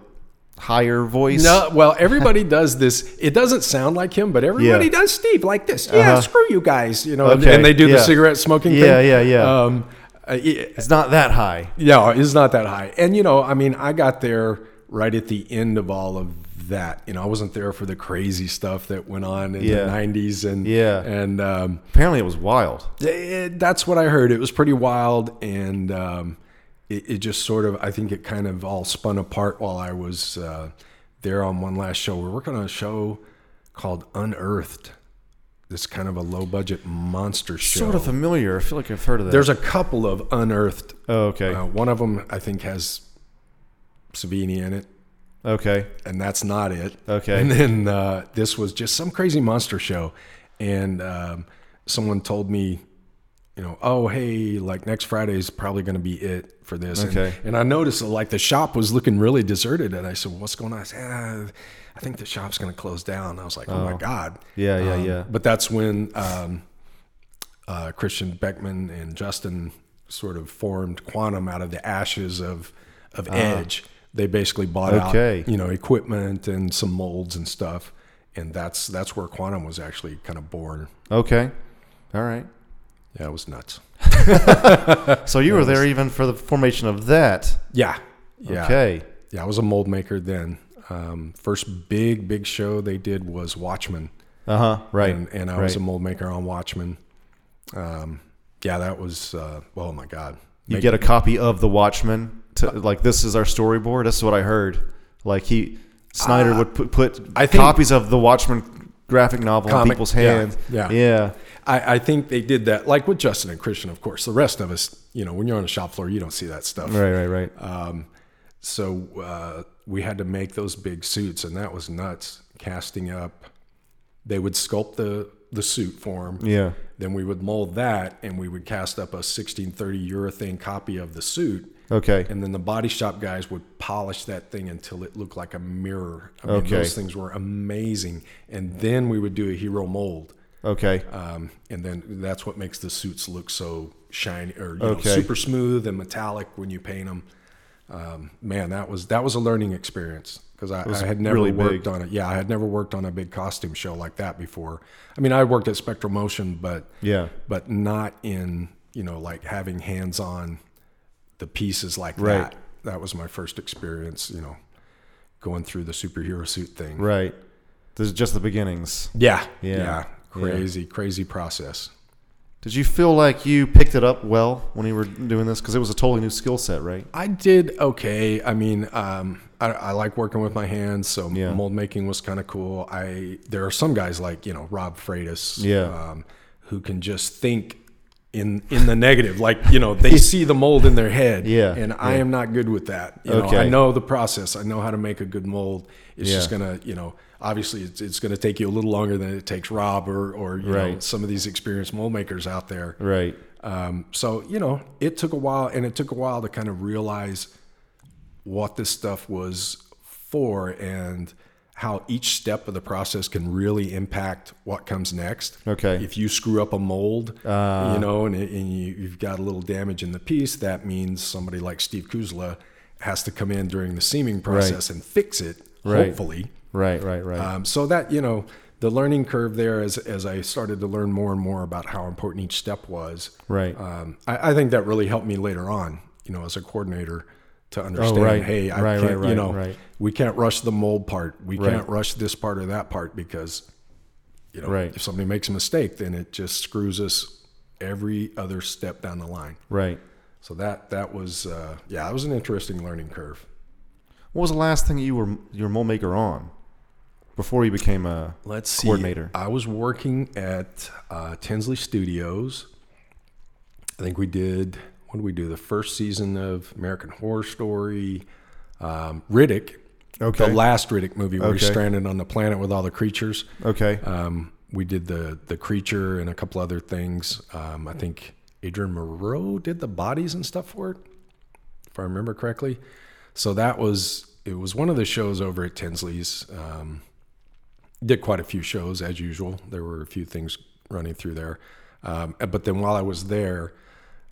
Speaker 1: higher voice.
Speaker 2: No, well, everybody does this. It doesn't sound like him, but everybody
Speaker 1: Yeah.
Speaker 2: does Steve like this. Yeah,
Speaker 1: Uh-huh.
Speaker 2: screw you guys, you know. and-
Speaker 1: Okay,
Speaker 2: And they do
Speaker 1: yeah.
Speaker 2: the cigarette smoking
Speaker 1: Yeah,
Speaker 2: thing.
Speaker 1: yeah, yeah.
Speaker 2: Um, uh, it-
Speaker 1: It's not that high.
Speaker 2: No, it's not that high. And you know, I mean, I got there right at the end of all of that. You know, I wasn't there for the crazy stuff that went on in
Speaker 1: Yeah.
Speaker 2: the '90s, and
Speaker 1: Yeah.
Speaker 2: and um,
Speaker 1: Apparently, it was wild.
Speaker 2: it, that's what I heard. It was pretty wild, and um, it, it just sort of, I think, it kind of all spun apart while I was uh, there on one last show. We're working on a show called Unearthed. This kind of a low-budget monster show.
Speaker 1: Sort of familiar. I feel like I've heard of that.
Speaker 2: There's a couple of Unearthed
Speaker 1: oh, okay.
Speaker 2: uh, one of them, I think, has Savini in it,
Speaker 1: Okay.
Speaker 2: and that's not it.
Speaker 1: Okay.
Speaker 2: And then uh, this was just some crazy monster show, and um, someone told me, you know, oh hey, like next Friday is probably going to be it for this. And-
Speaker 1: Okay.
Speaker 2: And, I noticed like the shop was looking really deserted, and I said, what's going on? I said, "Ah, I think the shop's going to close down. I was like, oh, my god.
Speaker 1: Yeah, yeah,
Speaker 2: Um,
Speaker 1: yeah.
Speaker 2: But that's when. Um, uh, Christian Beckman and Justin sort of formed Quantum out of the ashes of of Edge. They basically bought
Speaker 1: Ah. Okay.
Speaker 2: out you know equipment and some molds and stuff, and that's that's where Quantum was actually kind of born.
Speaker 1: Okay. All right.
Speaker 2: Yeah, it was nuts.
Speaker 1: So you were there even for the formation of that.
Speaker 2: Yeah, yeah,
Speaker 1: Okay.
Speaker 2: yeah. I was a mold maker then. Um, first big big show they did was Watchmen,
Speaker 1: Uh huh. Right.
Speaker 2: and, and I
Speaker 1: right.
Speaker 2: was a mold maker on Watchmen. Um, yeah, that was uh, oh my god.
Speaker 1: you get a copy of The Watchmen. To, like this is our storyboard. This is what I heard. Like he Snyder would put, put
Speaker 2: Uh, I think-
Speaker 1: copies of The Watchmen graphic novel in
Speaker 2: Comic,
Speaker 1: people's
Speaker 2: yeah,
Speaker 1: hands.
Speaker 2: yeah.
Speaker 1: Yeah.
Speaker 2: I, I think they did that, like with Justin and Christian, of course. The rest of us, you know, when you're on a shop floor, you don't see that stuff.
Speaker 1: Right. Right. Right.
Speaker 2: Um, so uh, we had to make those big suits, and that was nuts. Casting up, they would sculpt the the suit form.
Speaker 1: yeah.
Speaker 2: Then we would mold that, and we would cast up a 1630 urethane copy of the suit.
Speaker 1: Okay.
Speaker 2: And then the body shop guys would polish that thing until it looked like a mirror. I mean,
Speaker 1: Okay.
Speaker 2: those things were amazing. And then we would do a hero mold.
Speaker 1: Okay.
Speaker 2: Um, and then that's what makes the suits look so shiny or you
Speaker 1: Okay.
Speaker 2: know, super smooth and metallic when you paint them. Um, man, that was that was a learning experience because I, I had never
Speaker 1: really
Speaker 2: worked
Speaker 1: big.
Speaker 2: on it. Yeah, I had never worked on a big costume show like that before. I mean, I worked at Spectral Motion, but
Speaker 1: Yeah.
Speaker 2: but not in you know like having hands on the pieces like
Speaker 1: Right.
Speaker 2: that. That was my first experience. You know, going through the superhero suit thing.
Speaker 1: Right. This is just the beginnings.
Speaker 2: Yeah,
Speaker 1: Yeah.
Speaker 2: yeah,
Speaker 1: Yeah.
Speaker 2: crazy, crazy process.
Speaker 1: Did you feel like you picked it up well when you were doing this? Because it was a totally new skill set, right?
Speaker 2: I did okay. I mean, um, I, I like working with my hands, so
Speaker 1: Yeah.
Speaker 2: mold making was kind of cool. I there are some guys like you know Rob Freitas,
Speaker 1: Yeah.
Speaker 2: um, who can just think in in the negative, like you know they see the mold in their head,
Speaker 1: Yeah,
Speaker 2: And I am not good with that. You know,
Speaker 1: Okay.
Speaker 2: I know the process. I know how to make a good mold. It's just
Speaker 1: Yeah.
Speaker 2: gonna you know obviously it's, it's gonna take you a little longer than it takes Rob or or you know
Speaker 1: Right.
Speaker 2: some of these experienced mold makers out there,
Speaker 1: Right.
Speaker 2: um, so you know, it took a while, and it took a while to kind of realize what this stuff was for and how each step of the process can really impact what comes next.
Speaker 1: Okay. Uh.
Speaker 2: If you screw up a mold, you know, and, it, and you, you've got a little damage in the piece, that means somebody like Steve Kuzla has to come in during the seaming process and fix it,
Speaker 1: Right.
Speaker 2: hopefully.
Speaker 1: Right. Right. Right.
Speaker 2: Um, so that you know, the learning curve there as as I started to learn more and more about how important each step was.
Speaker 1: Right.
Speaker 2: Um, I, I think that really helped me later on, you know, as a coordinator to understand,
Speaker 1: Oh, right.
Speaker 2: hey, I
Speaker 1: Right,
Speaker 2: can't,
Speaker 1: right, right,
Speaker 2: you know,
Speaker 1: right.
Speaker 2: we can't rush the mold part. We
Speaker 1: Right.
Speaker 2: can't rush this part or that part because, you know,
Speaker 1: Right.
Speaker 2: if somebody makes a mistake, then it just screws us every other step down the line.
Speaker 1: Right.
Speaker 2: So that that was uh, yeah, it was an interesting learning curve.
Speaker 1: What was the last thing you were your mole maker on before you became a
Speaker 2: Let's see.
Speaker 1: Coordinator.
Speaker 2: I was working at uh, Tinsley Studios. I think we did. What did we do? The first season of American Horror Story, um, Riddick.
Speaker 1: Okay.
Speaker 2: The last Riddick movie where
Speaker 1: Okay.
Speaker 2: he's stranded on the planet with all the creatures.
Speaker 1: okay?
Speaker 2: Um, we did the the creature and a couple other things. Um, I think Adrian Moreau did the bodies and stuff for it, if I remember correctly. So that was it was one of the shows over at Tinsley's. Um, did quite a few shows as usual. There were a few things running through there, um, but then while I was there.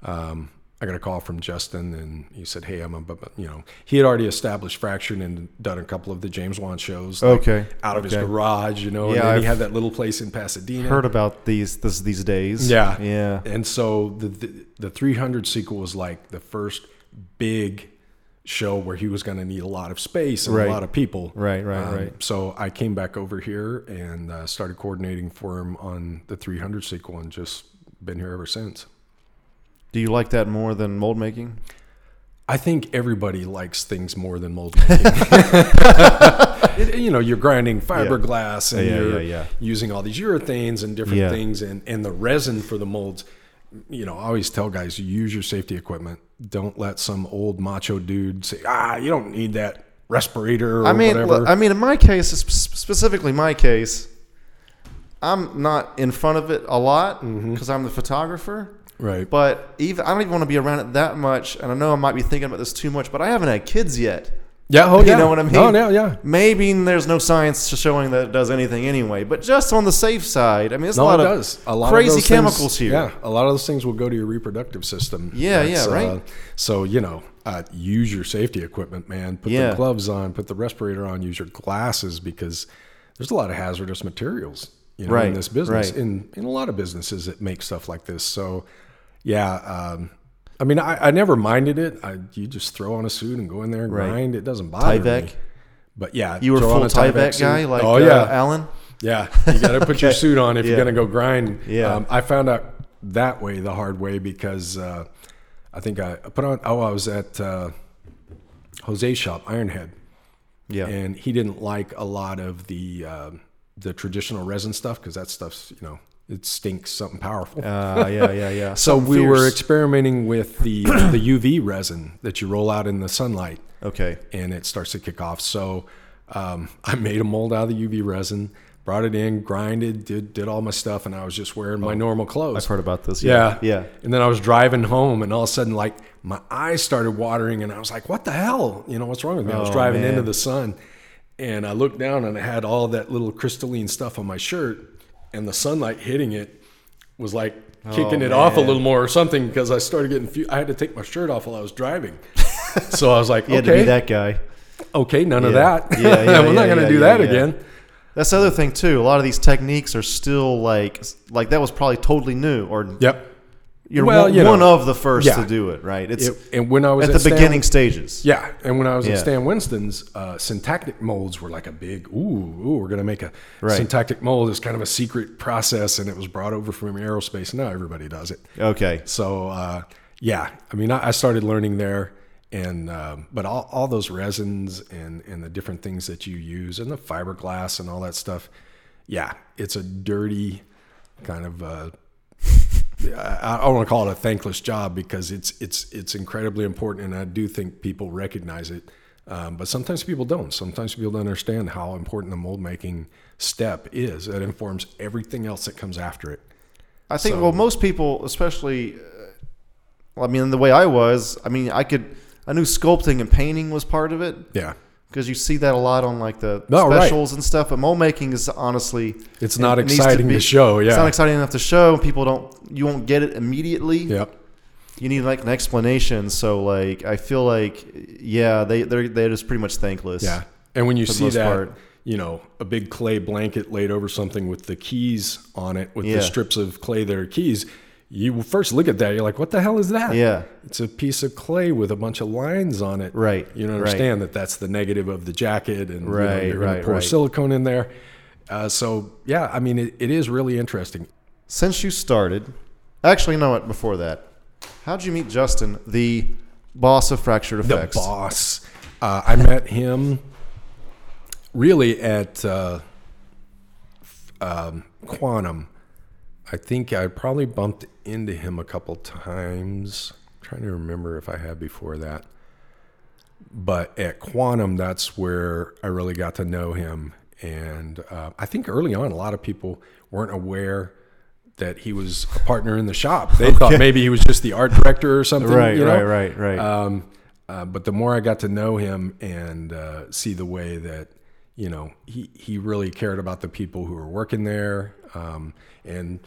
Speaker 2: Um, I got a call from Justin, and he said, "Hey, I'm a, bu- bu- you know, he had already established Fractured and done a couple of the James Wan shows, like,
Speaker 1: Okay.
Speaker 2: out of
Speaker 1: Okay.
Speaker 2: his garage, you know,
Speaker 1: Yeah,
Speaker 2: and then
Speaker 1: I've
Speaker 2: he had that little place in Pasadena.
Speaker 1: Heard about these this, these days?
Speaker 2: Yeah.
Speaker 1: yeah.
Speaker 2: And so the, the the 300 sequel was like the first big show where he was going to need a lot of space and
Speaker 1: Right.
Speaker 2: a lot of people. Um,
Speaker 1: Right, right, right.
Speaker 2: So I came back over here and uh, started coordinating for him on the 300 sequel, and just been here ever since.
Speaker 1: Do you like that more than mold making?
Speaker 2: I think everybody likes things more than mold making. It- you know, you're grinding fiberglass and
Speaker 1: Yeah, yeah,
Speaker 2: you're
Speaker 1: yeah, yeah.
Speaker 2: using all these urethanes and different
Speaker 1: Yeah.
Speaker 2: things and, and the resin for the molds. You know, I always tell guys, use your safety equipment. Don't let some old macho dude say, ah, you don't need that respirator or
Speaker 1: I mean,
Speaker 2: whatever.
Speaker 1: look, I mean, in my case, sp- specifically my case, I'm not in front of it a lot because
Speaker 2: Mm-hmm.
Speaker 1: I'm the photographer.
Speaker 2: right.
Speaker 1: But even I don't even want to be around it that much, and I know I might be thinking about this too much, but I haven't had kids yet.
Speaker 2: yeah. Oh,
Speaker 1: you
Speaker 2: yeah.
Speaker 1: know what I mean?
Speaker 2: Oh, yeah. Yeah.
Speaker 1: Maybe there's no science to showing that it does anything anyway, but just on the safe side, I mean, there's
Speaker 2: No,
Speaker 1: a lot
Speaker 2: it
Speaker 1: of
Speaker 2: does. A lot
Speaker 1: crazy
Speaker 2: of those
Speaker 1: chemicals
Speaker 2: things,
Speaker 1: here.
Speaker 2: Yeah, a lot of those things will go to your reproductive system.
Speaker 1: Yeah, yeah, right.
Speaker 2: uh, so you know, uh, use your safety equipment, man. Put
Speaker 1: Yeah.
Speaker 2: the gloves on. Put the respirator on. Use your glasses because there's a lot of hazardous materials you know,
Speaker 1: Right,
Speaker 2: in this business.
Speaker 1: right.
Speaker 2: In in a lot of businesses that make stuff like this. So yeah. Um, I mean, I, I never minded it. I, you just throw on a suit and go in there and
Speaker 1: Right.
Speaker 2: grind. It doesn't bother me.
Speaker 1: Tyvek?
Speaker 2: But yeah,
Speaker 1: You were
Speaker 2: throw
Speaker 1: full
Speaker 2: on a
Speaker 1: Tyvek
Speaker 2: suit.
Speaker 1: guy, like
Speaker 2: oh
Speaker 1: uh,
Speaker 2: yeah,
Speaker 1: Alan.
Speaker 2: yeah, you got to put your suit on if
Speaker 1: Yeah.
Speaker 2: you're going to go grind. Um,
Speaker 1: Yeah.
Speaker 2: I found out that way the hard way because uh, I think I I put on. Oh, I was at uh, Jose's shop, Ironhead,
Speaker 1: Yeah,
Speaker 2: and he didn't like a lot of the uh, the traditional resin stuff because that stuff's you know it stinks something powerful.
Speaker 1: uh, yeah, yeah, yeah.
Speaker 2: so
Speaker 1: Something
Speaker 2: we were
Speaker 1: fierce.
Speaker 2: experimenting with the the UV resin that you roll out in the sunlight
Speaker 1: okay.
Speaker 2: and it starts to kick off. So um, I made a mold out of the UV resin, brought it in, grinded, did did all my stuff, and I was just wearing my
Speaker 1: Oh,
Speaker 2: normal
Speaker 1: I've
Speaker 2: clothes.
Speaker 1: heard about this.
Speaker 2: yeah,
Speaker 1: yeah.
Speaker 2: And then I was driving home, and all of a sudden, like my eyes started watering, and I was like, "What the hell? You know what's wrong with me?" I was
Speaker 1: Oh,
Speaker 2: driving
Speaker 1: man.
Speaker 2: into the sun, and I looked down, and I had all that little crystalline stuff on my shirt, and the sunlight hitting it was like kicking it off a
Speaker 1: Oh, man.
Speaker 2: little more or something because I started getting. Few, I had to take my shirt off while I was driving. So I was like,
Speaker 1: You had
Speaker 2: okay,
Speaker 1: to be that guy.
Speaker 2: okay, none of
Speaker 1: Yeah.
Speaker 2: that.
Speaker 1: Yeah, yeah,
Speaker 2: We're
Speaker 1: yeah,
Speaker 2: not going to
Speaker 1: yeah,
Speaker 2: do
Speaker 1: yeah,
Speaker 2: that
Speaker 1: yeah.
Speaker 2: again.
Speaker 1: That's the other thing too. A lot of these techniques are still like like that was probably totally new, or
Speaker 2: Yep.
Speaker 1: you're
Speaker 2: Well,
Speaker 1: one,
Speaker 2: you know.
Speaker 1: one of the first
Speaker 2: Yeah.
Speaker 1: to do it, right? It's
Speaker 2: It- and when I was
Speaker 1: at
Speaker 2: at,
Speaker 1: the
Speaker 2: Stan-
Speaker 1: beginning stages.
Speaker 2: yeah, and when I was
Speaker 1: Yeah.
Speaker 2: at Stan Winston's, uh, syntactic molds were like a big ooh, ooh we're going to make a
Speaker 1: Right.
Speaker 2: syntactic mold. It's kind of a secret process, and it was brought over from aerospace. Now everybody does it.
Speaker 1: Okay.
Speaker 2: So uh, yeah, I mean, I, I started learning there, and um, but all, all those resins and and the different things that you use and the fiberglass and all that stuff, yeah, it's a dirty kind of. Uh, I I don't want to call it a thankless job because it's it's it's incredibly important, and I do think people recognize it. Um, but sometimes people don't. Sometimes people don't understand how important the mold making step is. That informs everything else that comes after it.
Speaker 1: I think well, most people, especially, uh, well, I mean, the way I was, I mean, I could, I knew sculpting and painting was part of it
Speaker 2: Yeah,
Speaker 1: because you see that a lot on like the
Speaker 2: No, right.
Speaker 1: specials and stuff. But mold making is honestly,
Speaker 2: it's
Speaker 1: it-
Speaker 2: not
Speaker 1: it needs
Speaker 2: exciting
Speaker 1: be-
Speaker 2: to show. Yeah,
Speaker 1: It's not exciting enough to show. People don't, you won't get it immediately.
Speaker 2: Yep.
Speaker 1: You need like an explanation. So like, I feel like, yeah, they they're they're just pretty much thankless.
Speaker 2: Yeah. And when you
Speaker 1: for the
Speaker 2: see
Speaker 1: most
Speaker 2: that,
Speaker 1: part.
Speaker 2: you know, a big clay blanket laid over something with the keys on it, with
Speaker 1: Yeah.
Speaker 2: the strips of clay that are keys, you first look at that, you're like, what the hell is that?
Speaker 1: Yeah.
Speaker 2: It's a piece of clay with a bunch of lines on it.
Speaker 1: Right,
Speaker 2: You don't
Speaker 1: right.
Speaker 2: understand that that's the negative of the jacket and you know,
Speaker 1: Right,
Speaker 2: you're going
Speaker 1: right,
Speaker 2: to pour
Speaker 1: right.
Speaker 2: silicone in there. Uh, so, yeah, I mean, it, it is really interesting.
Speaker 1: Since you started, actually, no, what, before that, how'd you meet Justin, the boss of Fractured
Speaker 2: the
Speaker 1: Effects?
Speaker 2: boss. Uh, I met him really at uh, f- um, Quantum. I think I probably bumped into him a couple times. trying to remember if I had before that. But at Quantum, that's where I really got to know him. And uh, I think early on, a lot of people weren't aware that he was a partner in the shop. They thought maybe he was just the art director or something.
Speaker 1: Right,
Speaker 2: you know?
Speaker 1: right, right, right.
Speaker 2: Um, uh, but the more I got to know him and uh, see the way that you know he he really cared about the people who were working there, um, and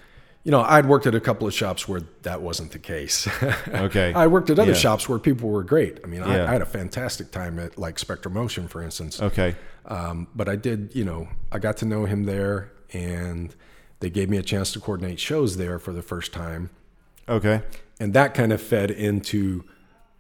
Speaker 2: you know I'd worked at a couple of shops where that wasn't the case.
Speaker 1: Okay.
Speaker 2: I worked at other
Speaker 1: Yeah.
Speaker 2: shops where people were great. I mean, I,
Speaker 1: Yeah. Oh.
Speaker 2: I had a fantastic time at like Spectrum Motion, for instance.
Speaker 1: okay.
Speaker 2: Um, but I did, you know, I got to know him there, and they gave me a chance to coordinate shows there for the first time
Speaker 1: Okay.
Speaker 2: and that kind of fed into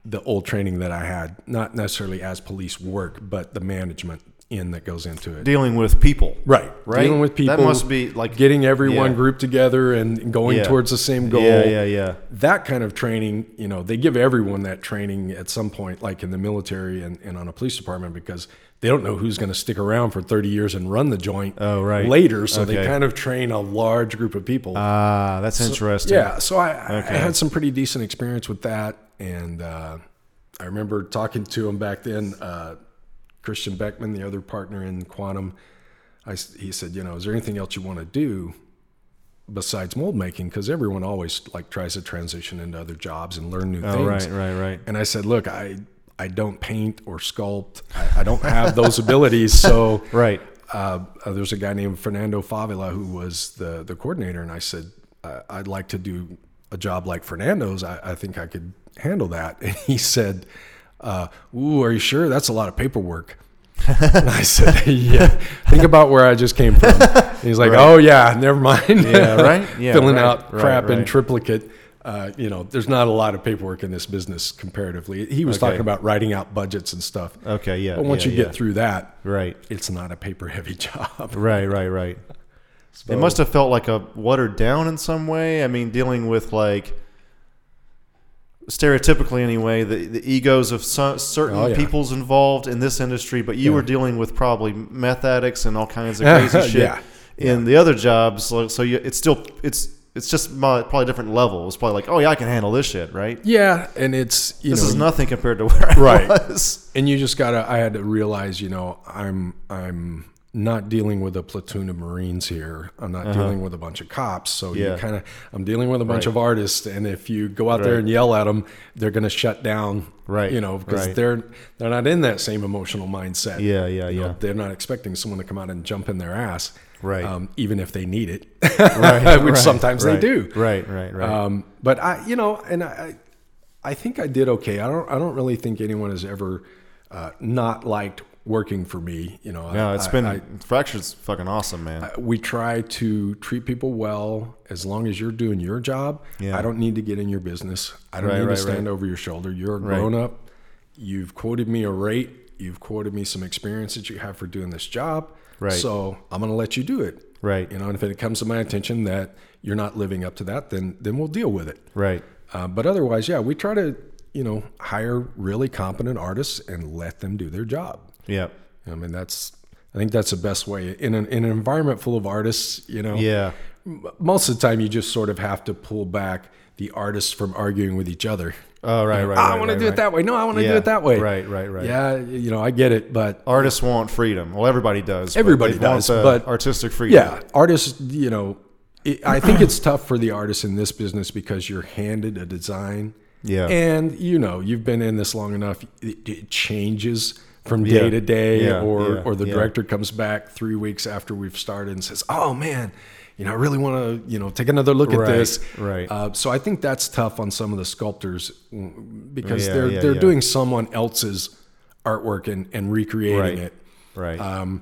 Speaker 2: the old training that I had, not necessarily as police work, but the management in that goes into it.
Speaker 1: Dealing with people.
Speaker 2: Right,
Speaker 1: Right?
Speaker 2: Dealing with people
Speaker 1: That must be like.
Speaker 2: getting everyone
Speaker 1: Yeah.
Speaker 2: grouped together and going
Speaker 1: Yeah.
Speaker 2: towards the same goal.
Speaker 1: Yeah, yeah, yeah.
Speaker 2: That kind of training, you know, they give everyone that training at some point, like in the military and, and on a police department, because they don't know who's going to stick around for 30 years and run the joint
Speaker 1: Oh, right.
Speaker 2: later. So they
Speaker 1: Okay.
Speaker 2: kind of train a large group of people.
Speaker 1: Ah, that's interesting.
Speaker 2: Yeah, so I, I-
Speaker 1: Okay.
Speaker 2: I had some pretty decent experience with that, and uh, I remember talking to him back then, uh, Christian Beckman, the other partner in Quantum. I s he said, you know, is there anything else you want to do besides mold making? Because everyone always like tries to transition into other jobs and learn new
Speaker 1: Oh,
Speaker 2: things.
Speaker 1: right, right, right.
Speaker 2: And I said, look, I I don't paint or sculpt. I, I don't have those abilities, so
Speaker 1: Right.
Speaker 2: uh, uh, there's a guy named Fernando Favila who was the the coordinator, and I said I I'd like to do a job like Fernando's. I, I think I could handle that. And he said, uh, "Ooh, are you sure? That's a lot of paperwork." and I said, "Yeah, think about where I just came from." And he's like, "Oh yeah, never mind."
Speaker 1: Yeah, right? Yeah,
Speaker 2: Filling
Speaker 1: right,
Speaker 2: out
Speaker 1: right,
Speaker 2: crap in
Speaker 1: right.
Speaker 2: triplicate. Uh, you know, there's not a lot of paperwork in this business comparatively. He was
Speaker 1: Okay.
Speaker 2: talking about writing out budgets and stuff.
Speaker 1: Okay, yeah.
Speaker 2: But once
Speaker 1: yeah,
Speaker 2: you
Speaker 1: yeah.
Speaker 2: get through that,
Speaker 1: Right.
Speaker 2: it's not a paper heavy job.
Speaker 1: Right, right, right.
Speaker 2: So-
Speaker 1: It must have felt like a watered down in some way. I mean, dealing with like stereotypically anyway the, the egos of so, certain
Speaker 2: Oh, yeah.
Speaker 1: peoples involved in this industry, but you
Speaker 2: Yeah.
Speaker 1: were dealing with probably meth addicts and all kinds of crazy shit
Speaker 2: Yeah.
Speaker 1: in the other jobs. Like, so you, it's still it's it's just mo- probably different level. It's probably like, oh yeah, I can handle this shit, right?
Speaker 2: Yeah, and it's you
Speaker 1: this
Speaker 2: know,
Speaker 1: is nothing compared to where I
Speaker 2: Right.
Speaker 1: was.
Speaker 2: and you just gotta. I had to realize, you know, I'm I'm not dealing with a platoon of Marines here. I'm not dealing with a bunch of cops. So
Speaker 1: Uh-huh. Yeah.
Speaker 2: you kind of, I'm dealing with a bunch
Speaker 1: Right.
Speaker 2: of artists, and if you go out there
Speaker 1: Right.
Speaker 2: and yell at them, they're gonna shut down.
Speaker 1: Right,
Speaker 2: You know, because
Speaker 1: right.
Speaker 2: they're they're not in that same emotional mindset.
Speaker 1: Yeah, yeah,
Speaker 2: You know,
Speaker 1: yeah.
Speaker 2: they're not expecting someone to come out and jump in their ass.
Speaker 1: Right.
Speaker 2: Um, even if they need it,
Speaker 1: Right,
Speaker 2: which
Speaker 1: right,
Speaker 2: sometimes
Speaker 1: right,
Speaker 2: they do.
Speaker 1: Right, right, right.
Speaker 2: Um, but I, you know, and I, I think I did okay. I don't, I don't really think anyone has ever uh, not liked working for me. You know,
Speaker 1: no,
Speaker 2: it's
Speaker 1: it's been fractured's fucking awesome, man.
Speaker 2: we try to treat people well as long as you're doing your job.
Speaker 1: Yeah.
Speaker 2: I don't need to get in your business. I don't
Speaker 1: Right,
Speaker 2: need
Speaker 1: right,
Speaker 2: to stand
Speaker 1: right.
Speaker 2: over your shoulder. You're a grown up. You've quoted me a rate. You've quoted me some experience that you have for doing this job.
Speaker 1: Right.
Speaker 2: So I'm going to let you do it.
Speaker 1: Right.
Speaker 2: You know, and if it comes to my attention that you're not living up to that, then then we'll deal with it.
Speaker 1: right.
Speaker 2: Uh, but otherwise, yeah, we try to you know hire really competent artists and let them do their job.
Speaker 1: Yeah.
Speaker 2: I mean, that's I think that's the best way in an in an environment full of artists. You know,
Speaker 1: Yeah.
Speaker 2: m- most of the time you just sort of have to pull back the artists from arguing with each other.
Speaker 1: Oh, right, right.
Speaker 2: Uh, I
Speaker 1: right,
Speaker 2: want to
Speaker 1: right,
Speaker 2: do
Speaker 1: right.
Speaker 2: it that way. No, I want to
Speaker 1: Yeah.
Speaker 2: do it that way.
Speaker 1: Right, right, right.
Speaker 2: Yeah, you know, I get it, but
Speaker 1: Artists want freedom. Well, everybody does. but
Speaker 2: Everybody
Speaker 1: they want
Speaker 2: does,
Speaker 1: the
Speaker 2: but-
Speaker 1: artistic freedom.
Speaker 2: yeah, artists, you know, it, I think it's tough for the artists in this business because you're handed a design.
Speaker 1: Yeah.
Speaker 2: And you know, you've been in this long enough. It, it changes from day
Speaker 1: Yeah.
Speaker 2: to day,
Speaker 1: Yeah,
Speaker 2: or
Speaker 1: yeah,
Speaker 2: or the
Speaker 1: yeah.
Speaker 2: director comes back three weeks after we've started and says, "Oh man, you know, I really want to you know take another look
Speaker 1: Right,
Speaker 2: at this."
Speaker 1: right.
Speaker 2: Uh, so I think that's tough on some of the sculptors mm, because
Speaker 1: Yeah,
Speaker 2: they're
Speaker 1: yeah,
Speaker 2: they're
Speaker 1: yeah.
Speaker 2: doing someone else's artwork and and recreating
Speaker 1: Right.
Speaker 2: it.
Speaker 1: Right.
Speaker 2: Um,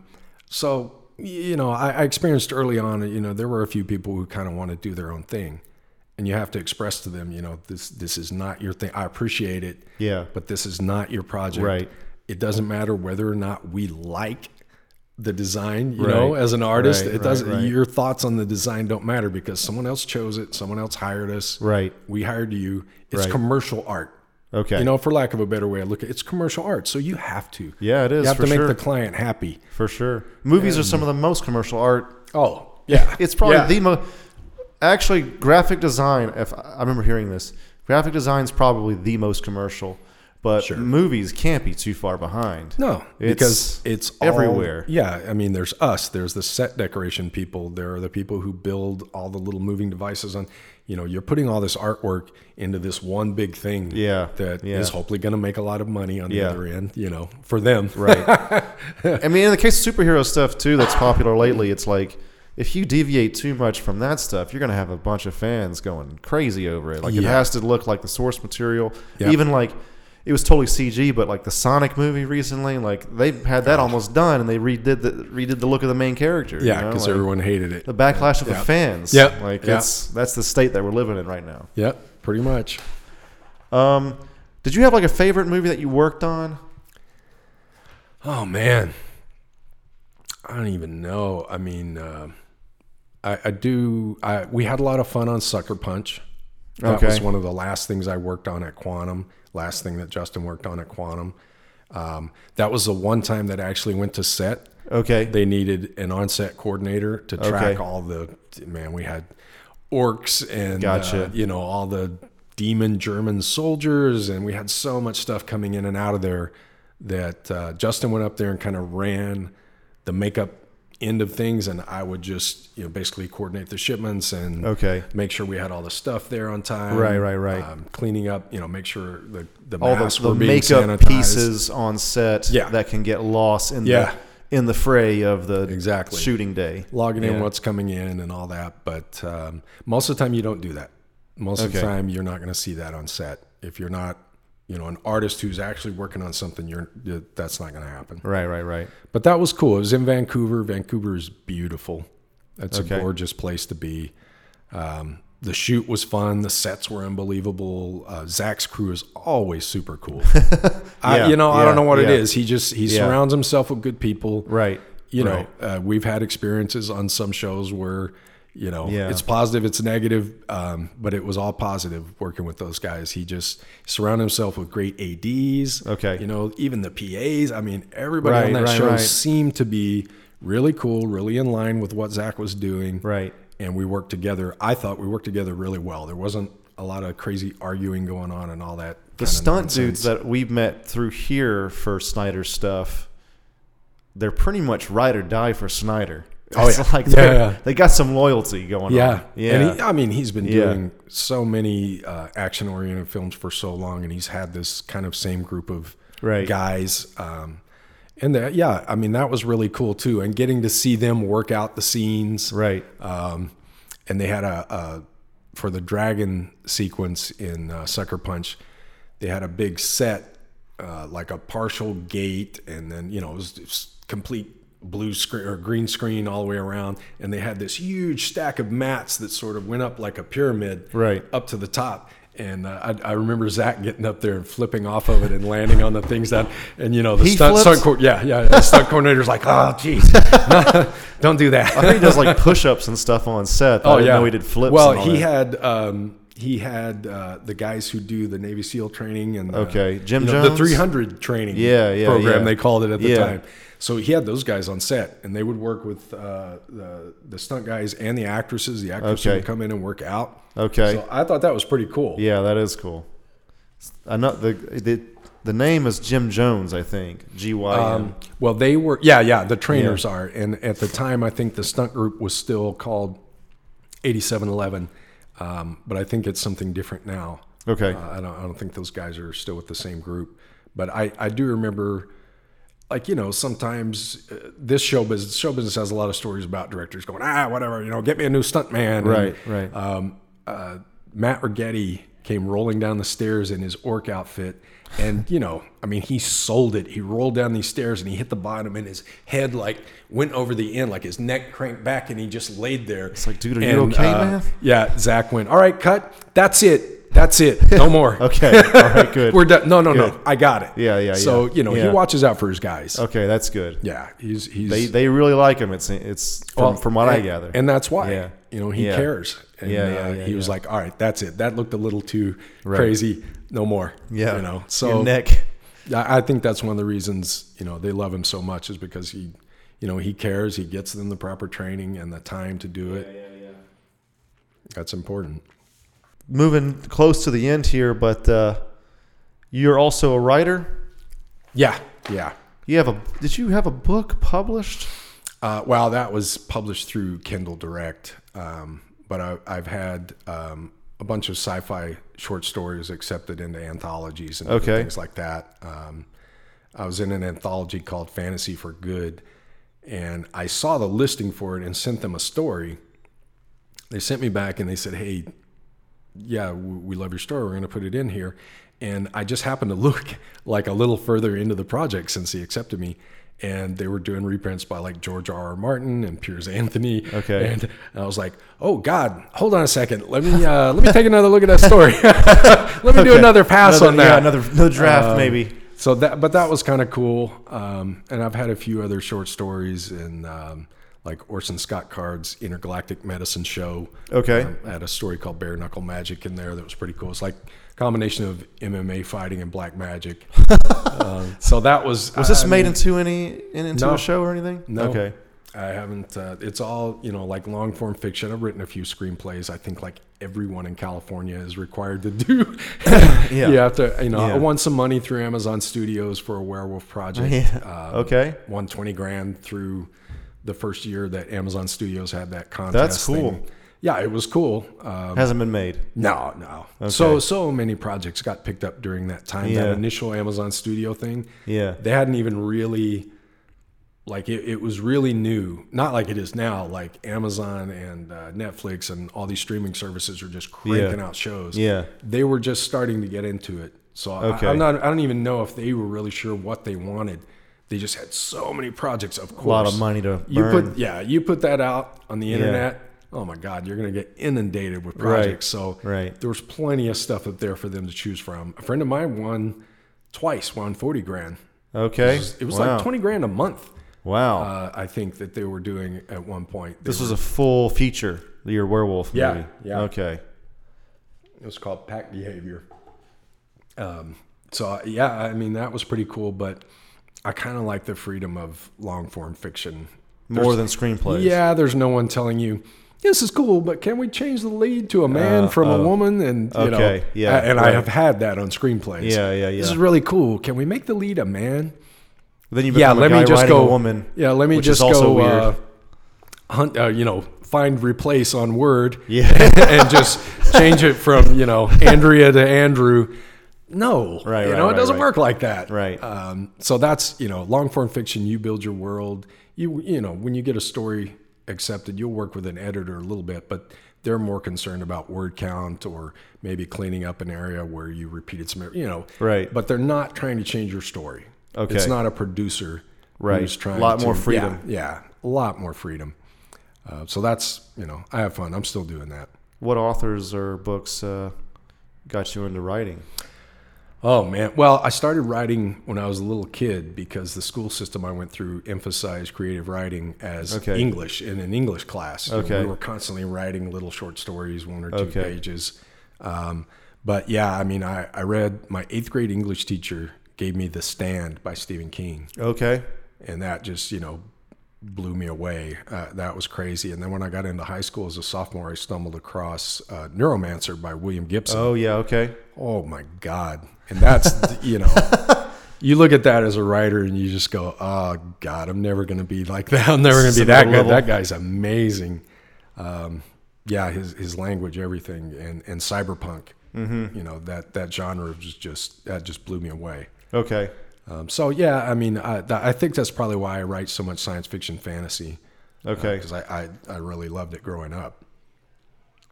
Speaker 2: So you know, I, I experienced early on. You know, there were a few people who kind of want to do their own thing, and you have to express to them, you know, this this is not your thing. I appreciate it,
Speaker 1: Yeah.
Speaker 2: but this is not your project.
Speaker 1: Right.
Speaker 2: It doesn't matter whether or not we like the design, you know,
Speaker 1: Right.
Speaker 2: as an artist,
Speaker 1: Right,
Speaker 2: it
Speaker 1: right,
Speaker 2: doesn't
Speaker 1: right.
Speaker 2: your thoughts on the design don't matter because someone else chose it, someone else hired us.
Speaker 1: Right.
Speaker 2: We hired you. It's
Speaker 1: Right.
Speaker 2: commercial art.
Speaker 1: Okay.
Speaker 2: You know, for lack of a better way of looking, it's commercial art. So you have to.
Speaker 1: Yeah, it is,
Speaker 2: You have
Speaker 1: for
Speaker 2: to make
Speaker 1: sure.
Speaker 2: the client happy.
Speaker 1: for sure. Movies are some of the most commercial art
Speaker 2: Oh, yeah.
Speaker 1: It's probably
Speaker 2: Yeah.
Speaker 1: the most. Actually, graphic design. If I remember hearing this, graphic design's probably the most commercial, but
Speaker 2: Sure.
Speaker 1: movies can't be too far behind.
Speaker 2: No,
Speaker 1: It's
Speaker 2: because it's all-
Speaker 1: everywhere.
Speaker 2: yeah, I mean, there's us. There's the set decoration people. There are the people who build all the little moving devices. On, you know, you're putting all this artwork into this one big thing.
Speaker 1: Yeah,
Speaker 2: that is
Speaker 1: yeah.
Speaker 2: hopefully going to make a lot of money on the
Speaker 1: Yeah.
Speaker 2: other end. You know, for them.
Speaker 1: Right. I mean, in the case of superhero stuff too, that's popular lately. It's like if you deviate too much from that stuff, you're going to have a bunch of fans going crazy over it. Like it
Speaker 2: Yeah.
Speaker 1: has to look like the source material.
Speaker 2: Yep.
Speaker 1: Even like it was totally CG, but like the Sonic movie recently, like they had that almost done and they redid the redid the look of the main character. you
Speaker 2: Yeah,
Speaker 1: know,
Speaker 2: because
Speaker 1: like-
Speaker 2: everyone hated it.
Speaker 1: the backlash of
Speaker 2: Yeah.
Speaker 1: the fans.
Speaker 2: Yeah.
Speaker 1: like
Speaker 2: Yeah.
Speaker 1: it's that's the state that we're living in right now.
Speaker 2: Yep, pretty much.
Speaker 1: Um, did you have like a favorite movie that you worked on?
Speaker 2: Oh man, I don't even know. I mean, uh, I, I do. I we had a lot of fun on Sucker Punch. That
Speaker 1: Okay.
Speaker 2: was one of the last things I worked on at Quantum. Last thing that Justin worked on at Quantum. Um, that was the one time that I actually went to set.
Speaker 1: Okay,
Speaker 2: They needed an on-set coordinator to track all the man. We had orcs and uh,
Speaker 1: Gotcha.
Speaker 2: you know all the demon German soldiers, and we had so much stuff coming in and out of there that uh, Justin went up there and kind of ran the makeup end of things, and I would just you know basically coordinate the shipments and
Speaker 1: okay,
Speaker 2: make sure we had all the stuff there on time.
Speaker 1: Right, right, right.
Speaker 2: Um, cleaning up, you know, make sure the the
Speaker 1: all the,
Speaker 2: masks
Speaker 1: the
Speaker 2: were being
Speaker 1: makeup
Speaker 2: sanitized.
Speaker 1: pieces on set
Speaker 2: Yeah.
Speaker 1: that can get lost in
Speaker 2: Yeah.
Speaker 1: the in the fray of the
Speaker 2: Exactly.
Speaker 1: shooting day.
Speaker 2: logging
Speaker 1: Yeah.
Speaker 2: in what's coming in and all that. But um, most of the time, you don't do that. Most of the
Speaker 1: Okay.
Speaker 2: time, you're not going to see that on set. If you're not, you know, an artist who's actually working on something, you're that's not going to happen.
Speaker 1: Right, right, right.
Speaker 2: But that was cool. It was in Vancouver. Vancouver is beautiful. That's
Speaker 1: Okay.
Speaker 2: a gorgeous place to be. Um, the shoot was fun. The sets were unbelievable. Uh, Zach's crew is always super cool.
Speaker 1: Yeah,
Speaker 2: I, you know, I
Speaker 1: yeah,
Speaker 2: don't know what it
Speaker 1: yeah.
Speaker 2: is. He just he
Speaker 1: Yeah.
Speaker 2: surrounds himself with good people
Speaker 1: Right.
Speaker 2: you
Speaker 1: Right.
Speaker 2: know, uh, we've had experiences on some shows where, you know,
Speaker 1: Yeah.
Speaker 2: it's positive, it's negative, um, but it was all positive working with those guys. He just surrounded himself with great ADs.
Speaker 1: Okay.
Speaker 2: You know, even the PAs. I mean, everybody
Speaker 1: Right,
Speaker 2: on that
Speaker 1: right,
Speaker 2: show
Speaker 1: right.
Speaker 2: seemed to be really cool, really in line with what Zach was doing.
Speaker 1: Right.
Speaker 2: And we worked together. I thought we worked together really well. There wasn't a lot of crazy arguing going on and all that.
Speaker 1: The
Speaker 2: kinda
Speaker 1: stunt
Speaker 2: nonsense.
Speaker 1: dudes that we've met through here for Snyder stuff, they're pretty much ride or die for Snyder.
Speaker 2: Oh,
Speaker 1: It's
Speaker 2: yeah.
Speaker 1: like
Speaker 2: Yeah,
Speaker 1: they're-
Speaker 2: yeah.
Speaker 1: they got some loyalty going
Speaker 2: Yeah,
Speaker 1: on. Yeah.
Speaker 2: And he, I mean, he's been
Speaker 1: Yeah.
Speaker 2: doing so many uh, action-oriented films for so long, and he's had this kind of same group of
Speaker 1: Right.
Speaker 2: guys. Um, and that, yeah, I mean, that was really cool too. And getting to see them work out the scenes,
Speaker 1: Right.
Speaker 2: um, and they had a, a for the dragon sequence in uh, Sucker Punch, they had a big set, uh, like a partial gate, and then you know it was, it was complete blue screen or green screen all the way around, and they had this huge stack of mats that sort of went up like a pyramid,
Speaker 1: Right.
Speaker 2: up to the top. And uh, I, I remember Zach getting up there and flipping off of it and landing on the things that, and you know, the
Speaker 1: He
Speaker 2: stunt,
Speaker 1: flips?
Speaker 2: stunt co- yeah, yeah, the stunt coordinator's like, oh, jeez, don't do that.
Speaker 1: I think he does like push ups and stuff on set. I didn't know he did flips.
Speaker 2: Oh, Well,
Speaker 1: and all
Speaker 2: he
Speaker 1: that.
Speaker 2: had um, he had uh, the guys who do the Navy SEAL training and the,
Speaker 1: Okay, Jim
Speaker 2: you know,
Speaker 1: Jones?
Speaker 2: the 300 training
Speaker 1: Yeah, yeah,
Speaker 2: program
Speaker 1: yeah.
Speaker 2: they called it at the
Speaker 1: Yeah.
Speaker 2: time. So he had those guys on set, and they would work with uh, the the stunt guys and the actresses. The actresses
Speaker 1: Okay.
Speaker 2: would come in and work out.
Speaker 1: Okay.
Speaker 2: So I thought that was pretty cool.
Speaker 1: Yeah, that is cool. I know the the the name is Jim Jones, I think. G Y M.
Speaker 2: Um, well, they were, yeah, yeah, the trainers are. And at the time, I think the stunt group was still called 8711, um, but I think it's something different now.
Speaker 1: Okay.
Speaker 2: Uh, I, don't, I don't think those guys are still with the same group, but I, I do remember, like, you know, sometimes uh, this show business, show business has a lot of stories about directors going, ah, whatever, you know, get me a new stunt man.
Speaker 1: Right, right.
Speaker 2: Um, uh, Matt Rigetti came rolling down the stairs in his orc outfit. And, you know, I mean, he sold it. He rolled down these stairs and he hit the bottom, and his head, like, went over the end, like his neck cranked back, and he just laid there.
Speaker 1: It's like, dude, are you
Speaker 2: And,
Speaker 1: okay,
Speaker 2: uh,
Speaker 1: man?
Speaker 2: Yeah, Zach went, all right, cut. That's it. That's it. No more.
Speaker 1: Okay. All right. Good.
Speaker 2: We're done. No, no,
Speaker 1: Good.
Speaker 2: no. I got it.
Speaker 1: Yeah, yeah,
Speaker 2: So,
Speaker 1: yeah.
Speaker 2: you know,
Speaker 1: Yeah.
Speaker 2: he watches out for his guys.
Speaker 1: okay. That's good.
Speaker 2: Yeah, he's he's
Speaker 1: They they really like him. It's it's from,
Speaker 2: well,
Speaker 1: from what I
Speaker 2: and-
Speaker 1: gather.
Speaker 2: and that's why
Speaker 1: Yeah.
Speaker 2: you know he
Speaker 1: Yeah.
Speaker 2: cares. And,
Speaker 1: Yeah, yeah,
Speaker 2: uh,
Speaker 1: yeah,
Speaker 2: he was
Speaker 1: yeah.
Speaker 2: like, "All right, that's it. That looked a little too crazy. No more."
Speaker 1: yeah.
Speaker 2: you know.
Speaker 1: Your
Speaker 2: So
Speaker 1: neck.
Speaker 2: I I think that's one of the reasons you know they love him so much is because he, you know, he cares. He gets them the proper training and the time to do it. That's important.
Speaker 1: Moving close to the end here, but uh, you're also a writer.
Speaker 2: Yeah, yeah.
Speaker 1: You have a did you have a book published?
Speaker 2: Uh, wow, that was published through Kindle Direct. Um, but I, I've had um, a bunch of sci-fi short stories accepted into anthologies and
Speaker 1: Okay.
Speaker 2: things like that. Um, I was in an anthology called Fantasy for Good, and I saw the listing for it and sent them a story. They sent me back and they said, "Hey, yeah, w- we love your story. We're going to put it in here. And I just happened to look like a little further into the project since he accepted me. And they were doing reprints by like George R. R. Martin and Piers Anthony.
Speaker 1: Okay.
Speaker 2: And, and I was like, oh God, hold on a second. Let me uh, let me take another look at that story. let me do
Speaker 1: Okay.
Speaker 2: another pass
Speaker 1: Another-
Speaker 2: on that.
Speaker 1: Yeah, another another draft
Speaker 2: Um,
Speaker 1: maybe.
Speaker 2: So that, but that was kind of cool. Um, and I've had a few other short stories and um, like Orson Scott Card's Intergalactic Medicine Show.
Speaker 1: Okay.
Speaker 2: Um, I had a story called Bare Knuckle Magic in there that was pretty cool. It's like a combination of MMA fighting and black magic. um, so that was
Speaker 1: Was this
Speaker 2: I
Speaker 1: made
Speaker 2: mean,
Speaker 1: into any in- into
Speaker 2: No.
Speaker 1: a show or anything?
Speaker 2: No.
Speaker 1: Okay.
Speaker 2: I haven't. Uh, it's all you know, like long form fiction. I've written a few screenplays. I think like everyone in California is required to do.
Speaker 1: Yeah.
Speaker 2: You have to. You know,
Speaker 1: Yeah.
Speaker 2: I won some money through Amazon Studios for a werewolf project.
Speaker 1: Yeah.
Speaker 2: Um,
Speaker 1: okay.
Speaker 2: won 20 grand through the first year that Amazon Studios had that contest.
Speaker 1: That's cool.
Speaker 2: thing. Yeah, it was cool. Um,
Speaker 1: Hasn't been made.
Speaker 2: no, no. So so many projects got picked up during that time.
Speaker 1: Yeah.
Speaker 2: That initial Amazon Studio thing.
Speaker 1: Yeah.
Speaker 2: They hadn't even really like it, it was really new. Not like it is now. Like Amazon and uh, Netflix and all these streaming services are just cranking out shows.
Speaker 1: Yeah.
Speaker 2: They were just starting to get into it. So
Speaker 1: Okay.
Speaker 2: I, I'm not. I don't even know if they were really sure what they wanted. They just had so many projects. Of course,
Speaker 1: A lot of money to burn.
Speaker 2: you put yeah, you put that out on the internet. Oh my God, you're gonna get inundated with projects. So
Speaker 1: right.
Speaker 2: there was plenty of stuff up there for them to choose from. A friend of mine won twice, won forty grand.
Speaker 1: okay.
Speaker 2: It was, it was
Speaker 1: wow.
Speaker 2: like twenty grand a month.
Speaker 1: Wow.
Speaker 2: Uh, I think that they were doing at one point. They
Speaker 1: this
Speaker 2: were-
Speaker 1: was a full feature. Your werewolf movie.
Speaker 2: Yeah, yeah.
Speaker 1: Okay.
Speaker 2: it was called Pack Behavior. Um, so yeah, I mean that was pretty cool, but I kind of like the freedom of long form fiction.
Speaker 1: More than screenplays.
Speaker 2: Yeah, there's no one telling you this is cool, but can we change the lead to a man
Speaker 1: Uh,
Speaker 2: from
Speaker 1: oh.
Speaker 2: a woman? And you
Speaker 1: Okay,
Speaker 2: know,
Speaker 1: yeah,
Speaker 2: I- and
Speaker 1: right.
Speaker 2: I have had that on screenplays.
Speaker 1: Yeah, yeah,
Speaker 2: This
Speaker 1: yeah.
Speaker 2: is really cool. Can we make the lead a man?
Speaker 1: Then you
Speaker 2: yeah,
Speaker 1: become a
Speaker 2: let
Speaker 1: guy
Speaker 2: me just
Speaker 1: riding
Speaker 2: go
Speaker 1: a woman.
Speaker 2: Yeah, let me
Speaker 1: which is
Speaker 2: just
Speaker 1: also
Speaker 2: go
Speaker 1: weird.
Speaker 2: Uh, hunt. Uh, you know, find replace on Word.
Speaker 1: Yeah.
Speaker 2: and just change it from you know Andrea to Andrew. No,
Speaker 1: Right,
Speaker 2: You
Speaker 1: right,
Speaker 2: know,
Speaker 1: right,
Speaker 2: it doesn't
Speaker 1: right.
Speaker 2: work like that.
Speaker 1: Right.
Speaker 2: Um, so that's you know long form fiction. You build your world. You you know when you get a story accepted, you'll work with an editor a little bit, but they're more concerned about word count or maybe cleaning up an area where you repeated some you know
Speaker 1: Right.
Speaker 2: But they're not trying to change your story.
Speaker 1: Okay.
Speaker 2: It's not a producer
Speaker 1: Right.
Speaker 2: who's trying
Speaker 1: Lot
Speaker 2: to-
Speaker 1: more freedom.
Speaker 2: Yeah, yeah, a lot more freedom. Uh, so that's you know I have fun. I'm still doing that.
Speaker 1: What authors or books uh, got you into writing?
Speaker 2: Oh man. Well, I started writing when I was a little kid because the school system I went through emphasized creative writing as
Speaker 1: Okay.
Speaker 2: English in an English class. You know,
Speaker 1: Okay.
Speaker 2: we were constantly writing little short stories, one or two
Speaker 1: Okay.
Speaker 2: pages. Um, but yeah, I mean, I, I read my eighth grade English teacher gave me The Stand by Stephen King
Speaker 1: Okay.
Speaker 2: and that just you know blew me away uh, that was crazy and then when i got into high school as a sophomore i stumbled across uh, neuromancer by william gibson
Speaker 1: Oh yeah. Okay.
Speaker 2: oh my god and that's you know you look at that as a writer and you just go oh god i'm never going to be like that i'm never going to be that
Speaker 1: Similar
Speaker 2: good
Speaker 1: level.
Speaker 2: that guy's amazing um, yeah his, his language everything and, and cyberpunk
Speaker 1: Mm-hmm.
Speaker 2: you know that that genre was just that just blew me away
Speaker 1: Okay.
Speaker 2: um, so yeah, I mean, I, th- I think that's probably why I write so much science fiction fantasy
Speaker 1: Okay.
Speaker 2: because I, I I really loved it growing up.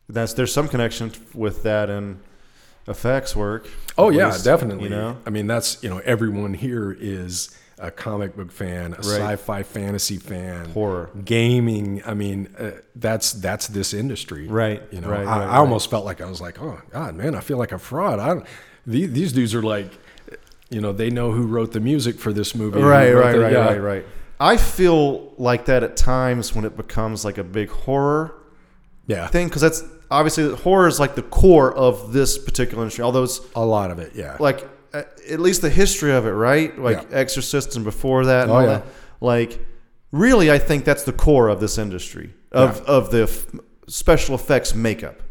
Speaker 1: That's there's some connection with that and effects work.
Speaker 2: Oh
Speaker 1: at
Speaker 2: yeah,
Speaker 1: least,
Speaker 2: definitely.
Speaker 1: You know,
Speaker 2: I mean, that's you know, everyone here is a comic book fan, a sci-fi fantasy fan,
Speaker 1: Horror.
Speaker 2: gaming. I mean, uh, that's that's this industry,
Speaker 1: Right,
Speaker 2: You know,
Speaker 1: right,
Speaker 2: I,
Speaker 1: right,
Speaker 2: I almost felt like I was like, oh god, man, I feel like a fraud. I don't, these, these dudes are like, you know, they know who wrote the music for this movie, who
Speaker 1: right,
Speaker 2: wrote
Speaker 1: right,
Speaker 2: the-
Speaker 1: right,
Speaker 2: yeah.
Speaker 1: right, right. I feel like that at times when it becomes like a big horror
Speaker 2: yeah,
Speaker 1: thing because that's obviously horror is like the core of this particular industry. Although it's
Speaker 2: a lot of it, yeah,
Speaker 1: like a- at least the history of it, right? Like
Speaker 2: Yeah.
Speaker 1: Exorcist and before that, and
Speaker 2: Oh,
Speaker 1: all
Speaker 2: yeah.
Speaker 1: that. Like, really, I think that's the core of this industry of of the f- special effects makeup.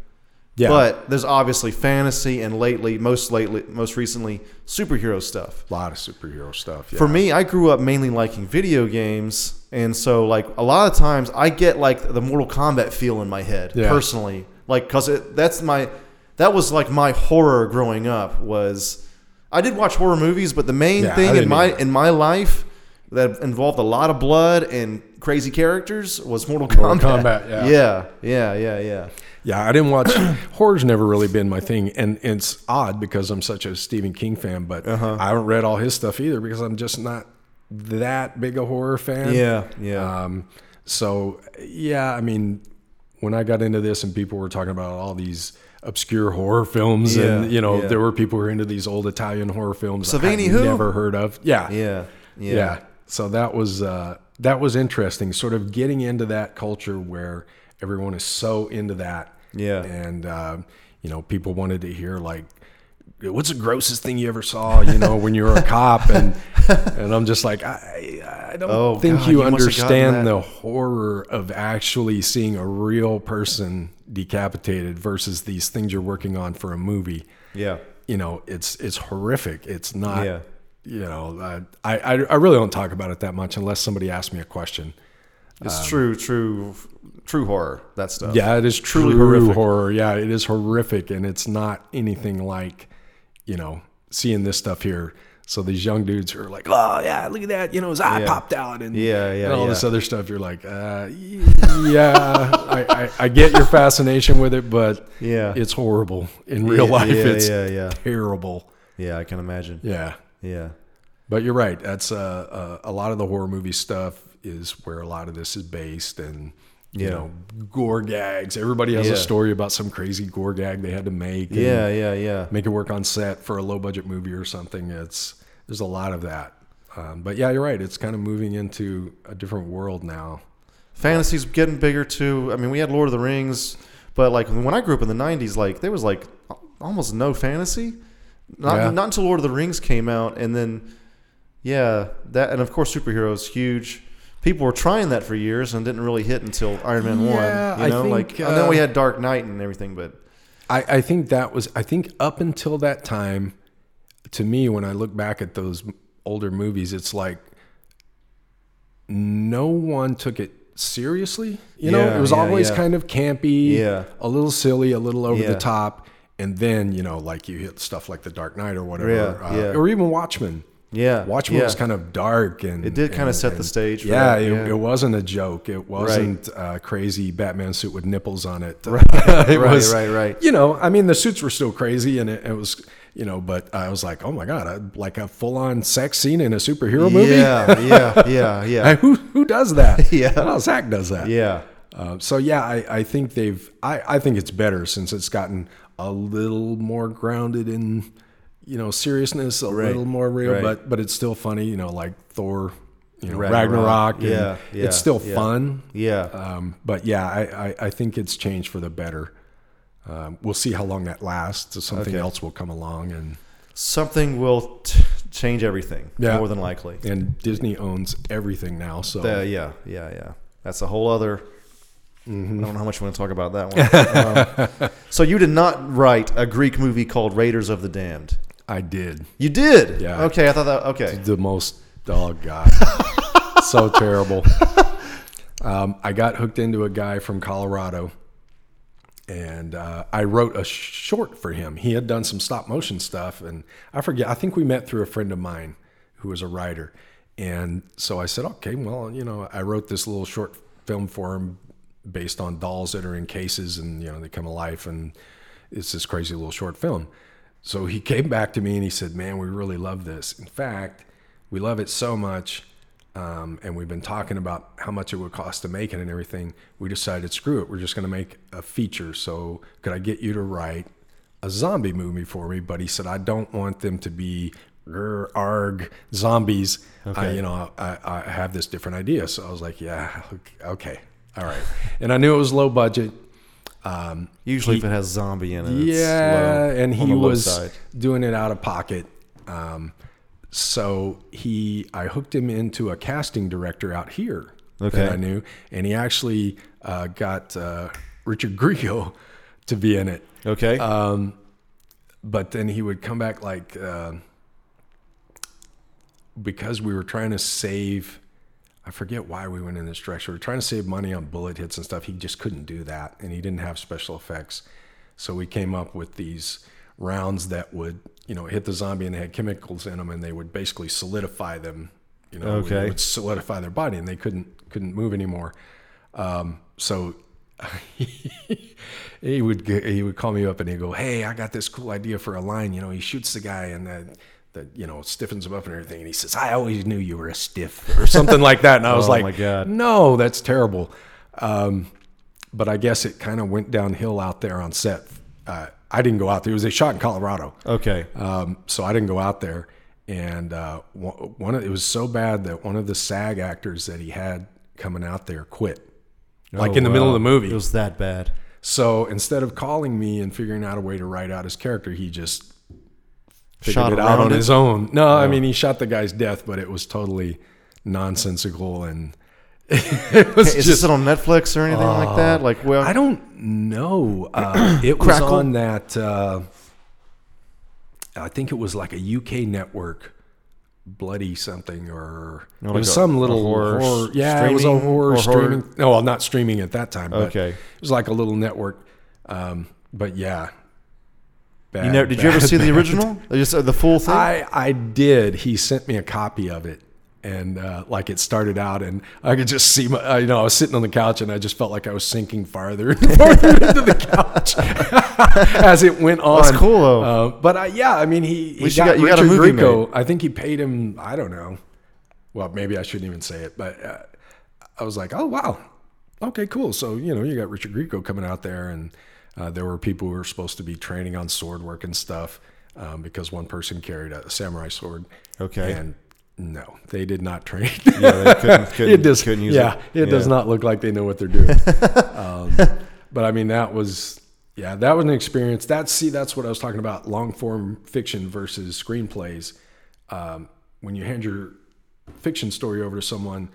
Speaker 2: yeah,
Speaker 1: But there's obviously fantasy and lately, most lately, most recently, superhero stuff.
Speaker 2: a lot of superhero stuff. Yeah.
Speaker 1: For me, I grew up mainly liking video games, and so like a lot of times I get like the Mortal Kombat feel in my head
Speaker 2: Yeah.
Speaker 1: personally, like because that's my that was like my horror growing up was I did watch horror movies, but the main
Speaker 2: Yeah, I
Speaker 1: thing in
Speaker 2: didn't
Speaker 1: my
Speaker 2: either.
Speaker 1: in my life that involved a lot of blood and crazy characters was Mortal Kombat.
Speaker 2: Mortal Kombat, yeah.
Speaker 1: yeah, yeah, yeah, yeah.
Speaker 2: Yeah, I didn't watch. horror's never really been my thing, and it's odd because I'm such a Stephen King fan, but
Speaker 1: Uh-huh.
Speaker 2: I haven't read all his stuff either because I'm just not that big a horror fan.
Speaker 1: Yeah, yeah.
Speaker 2: Um, so yeah, I mean, when I got into this and people were talking about all these obscure horror films, and
Speaker 1: Yeah,
Speaker 2: you know,
Speaker 1: yeah.
Speaker 2: there were people who were into these old Italian horror films
Speaker 1: Savini
Speaker 2: I'd
Speaker 1: who?
Speaker 2: never heard of. Yeah,
Speaker 1: yeah, yeah,
Speaker 2: yeah. So that was uh, that was interesting. Sort of getting into that culture where everyone is so into that.
Speaker 1: Yeah.
Speaker 2: And uh, you know, people wanted to hear like, "What's the grossest thing you ever saw?" You know, when you were a cop, and and I'm just like, I, I don't
Speaker 1: Oh,
Speaker 2: think
Speaker 1: God,
Speaker 2: you,
Speaker 1: you must have gotten
Speaker 2: understand
Speaker 1: that.
Speaker 2: the horror of actually seeing a real person decapitated versus these things you're working on for a movie
Speaker 1: yeah.
Speaker 2: you know, it's it's horrific. It's not,
Speaker 1: Yeah.
Speaker 2: you know, uh, I, I I really don't talk about it that much unless somebody asks me a question.
Speaker 1: It's true, true, true horror. That stuff.
Speaker 2: Um, Yeah, it is truly
Speaker 1: horrific.
Speaker 2: horror. Yeah, it is horrific, and it's not anything like, you know, seeing this stuff here. So these young dudes are like, oh yeah, look at that, you know, his eye
Speaker 1: Yeah.
Speaker 2: popped out, and
Speaker 1: Yeah, yeah,
Speaker 2: and all this
Speaker 1: yeah.
Speaker 2: other stuff. You're like, uh, y- yeah, I, I, I get your fascination with it, but
Speaker 1: Yeah.
Speaker 2: it's horrible in real
Speaker 1: Yeah,
Speaker 2: life.
Speaker 1: yeah,
Speaker 2: it's
Speaker 1: yeah, yeah.
Speaker 2: terrible.
Speaker 1: Yeah, I can imagine.
Speaker 2: Yeah.
Speaker 1: Yeah.
Speaker 2: But you're right. That's uh, uh, a lot of the horror movie stuff is where a lot of this is based, and you
Speaker 1: Yeah.
Speaker 2: know, gore gags. Everybody has
Speaker 1: Yeah.
Speaker 2: a story about some crazy gore gag they had to make. and
Speaker 1: Yeah, yeah, yeah.
Speaker 2: make it work on set for a low budget movie or something. It's there's a lot of that. Um, but yeah, you're right. It's kind of moving into a different world now.
Speaker 1: Fantasy's getting bigger too. I mean, we had Lord of the Rings, but like when I grew up in the 90s, like there was like al- almost no fantasy. Not,
Speaker 2: Yeah.
Speaker 1: not until Lord of the Rings came out and then yeah, that and of course superheroes huge. People were trying that for years and didn't really hit until Iron Man
Speaker 2: Yeah,
Speaker 1: 1, you
Speaker 2: I
Speaker 1: know,
Speaker 2: think,
Speaker 1: like and then
Speaker 2: uh,
Speaker 1: we had Dark Knight and everything, but
Speaker 2: I, I think that was I think up until that time, to me, when I look back at those older movies, it's like no one took it seriously. You know,
Speaker 1: Yeah,
Speaker 2: it was
Speaker 1: yeah,
Speaker 2: always
Speaker 1: yeah.
Speaker 2: kind of campy,
Speaker 1: Yeah.
Speaker 2: a little silly, a little over
Speaker 1: Yeah.
Speaker 2: the top, and then you know, like you hit stuff like The Dark Knight or whatever,
Speaker 1: Yeah,
Speaker 2: uh,
Speaker 1: yeah.
Speaker 2: or even Watchmen.
Speaker 1: yeah.
Speaker 2: Watchmen
Speaker 1: yeah.
Speaker 2: was kind of dark, and
Speaker 1: It did kind
Speaker 2: and-
Speaker 1: of set the
Speaker 2: and-
Speaker 1: stage for
Speaker 2: yeah,
Speaker 1: that,
Speaker 2: it,
Speaker 1: yeah.
Speaker 2: it wasn't a joke. It wasn't uh, crazy Batman suit with nipples on it. it
Speaker 1: Right,
Speaker 2: was,
Speaker 1: right, right.
Speaker 2: You know, I mean, the suits were still crazy, and it, it was, you know, but I was like, oh my god, I, like a full-on sex scene in a superhero movie.
Speaker 1: Yeah, yeah, yeah, yeah.
Speaker 2: who who does that?
Speaker 1: Yeah.
Speaker 2: well, Zach does that.
Speaker 1: yeah.
Speaker 2: Uh, so yeah, I, I think they've. I, I think it's better since it's gotten a little more grounded in, you know, seriousness, a little more real,
Speaker 1: right.
Speaker 2: but but it's still funny. You know, like Thor, you know,
Speaker 1: Ragnarok.
Speaker 2: Ragnarok. and
Speaker 1: Yeah, yeah,
Speaker 2: it's still
Speaker 1: yeah.
Speaker 2: fun.
Speaker 1: Yeah.
Speaker 2: Um, but yeah, I, I, I think it's changed for the better. Um, we'll see how long that lasts. Something
Speaker 1: Okay.
Speaker 2: else will come along, and
Speaker 1: something will t- change everything
Speaker 2: Yeah.
Speaker 1: more than likely
Speaker 2: and Disney owns everything now. So
Speaker 1: Uh, yeah yeah yeah that's a whole other
Speaker 2: Mm-hmm.
Speaker 1: i don't know how much we want to talk about that one Um, so you did not write a greek movie called raiders of the damned
Speaker 2: I did.
Speaker 1: you did
Speaker 2: Yeah.
Speaker 1: okay i thought that okay
Speaker 2: the most oh god so terrible um, i got hooked into a guy from colorado and uh, i wrote a short for him he had done some stop motion stuff and i forget i think we met through a friend of mine who was a writer and so i said okay well you know i wrote this little short film for him based on dolls that are in cases and you know they come alive and it's this crazy little short film So he came back to me and he said, "Man, we really love this. In fact, we love it so much, um, and we've been talking about how much it would cost to make it and everything. We decided, screw it, we're just going to make a feature. So could I get you to write a zombie movie for me?" But he said, "I don't want them to be." "Grr, Arg zombies, I,
Speaker 1: Okay.
Speaker 2: you know, I, I have this different idea. So I was like, yeah, okay, all right. And I knew it was low budget. Um,
Speaker 1: Usually, if it has zombie in it, it's
Speaker 2: yeah,
Speaker 1: low,
Speaker 2: and
Speaker 1: on
Speaker 2: he
Speaker 1: the low
Speaker 2: was
Speaker 1: side.
Speaker 2: doing it out of pocket. Um, so he, I hooked him into a casting director out here
Speaker 1: Okay.
Speaker 2: that I knew, and he actually uh, got uh, Richard Grillo to be in it.
Speaker 1: okay.
Speaker 2: Uh, But then he would come back like uh, because we were trying to save. I forget why we went in this direction. We were trying to save money on bullet hits and stuff. He just couldn't do that, and he didn't have special effects. So we came up with these rounds that would, you know, hit the zombie and they had chemicals in them, and they would basically solidify them. You know, it
Speaker 1: Okay.
Speaker 2: would solidify their body, and they couldn't couldn't move anymore. Um, so he would g- he would call me up and he'd go, "Hey, I got this cool idea for a line." You know, he shoots the guy and that that you know stiffens him up and everything, and he says, "I always knew you were a stiff" or something like that. And I was
Speaker 1: Oh,
Speaker 2: like,
Speaker 1: my God.
Speaker 2: "No, that's terrible." Um, but I guess it kind of went downhill out there on set. Uh, I didn't go out there. It was a shot in Colorado.
Speaker 1: okay.
Speaker 2: Um, so I didn't go out there. And uh, one one of, it was so bad that one of the SAG actors that he had coming out there quit, like
Speaker 1: Oh,
Speaker 2: in the middle of
Speaker 1: wow.
Speaker 2: the movie.
Speaker 1: It was that bad.
Speaker 2: so instead of calling me and figuring out a way to write out his character, he just figured
Speaker 1: Shot
Speaker 2: it out on
Speaker 1: around it?
Speaker 2: his own. No, I mean he shot the guy's death, but it was totally nonsensical and it was
Speaker 1: Is
Speaker 2: just Oh,
Speaker 1: this on Netflix or anything like that? Like, well,
Speaker 2: I don't know. Uh, it was
Speaker 1: Crackle?
Speaker 2: on that. Uh, I think it was like a UK network, bloody something or
Speaker 1: No,
Speaker 2: it
Speaker 1: like
Speaker 2: was
Speaker 1: a-
Speaker 2: some little
Speaker 1: a horror
Speaker 2: horror. yeah, it was a
Speaker 1: streaming
Speaker 2: horror
Speaker 1: or horror-
Speaker 2: streaming. No, well, not streaming at that time. But
Speaker 1: Okay.
Speaker 2: it was like a little network. Um, but yeah, bad,
Speaker 1: you never, did you ever
Speaker 2: bad,
Speaker 1: see the
Speaker 2: bad.
Speaker 1: original? Or Just uh, the full thing?
Speaker 2: I I did. He sent me a copy of it, and uh, like it started out, and I could just see my. Uh, you know, I was sitting on the couch, and I just felt like I was sinking farther and farther into the couch as it went on.
Speaker 1: That's cool, though.
Speaker 2: Uh, but I, yeah, I mean, he, he
Speaker 1: least you got- you got a
Speaker 2: Richard
Speaker 1: movie
Speaker 2: Grieco. I think he paid him. I don't know. Well, maybe I shouldn't even say it, but uh, I was like, oh wow, okay, cool. So you know, you got Richard Grieco coming out there, and uh, there were people who were supposed to be training on sword work and stuff um, because one person carried a samurai sword.
Speaker 1: Okay.
Speaker 2: and no, they did not train.
Speaker 1: yeah, they couldn't, couldn't,
Speaker 2: it does,
Speaker 1: couldn't use
Speaker 2: yeah,
Speaker 1: it.
Speaker 2: it does not look like they know what they're doing. um, but I mean, that was. Yeah, that was an experience. That's see, that's what I was talking about: long form fiction versus screenplays Um, when you hand your fiction story over to someone,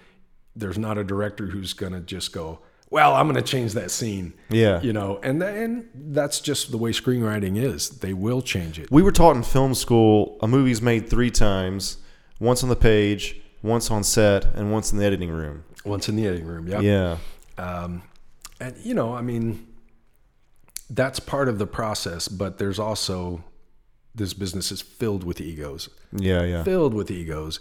Speaker 2: there's not a director who's gonna just go, "Well, I'm gonna change that scene."
Speaker 1: Yeah.
Speaker 2: you know, and th- and that's just the way screenwriting is. They will change it.
Speaker 1: We were taught in film school a movie's made three times once on the page, once on set, and once in the editing room.
Speaker 2: Once in the editing room, yeah.
Speaker 1: Yeah.
Speaker 2: Um, and you know, I mean, that's part of the process, but there's also this business is filled with egos,
Speaker 1: Yeah, yeah.
Speaker 2: filled with egos,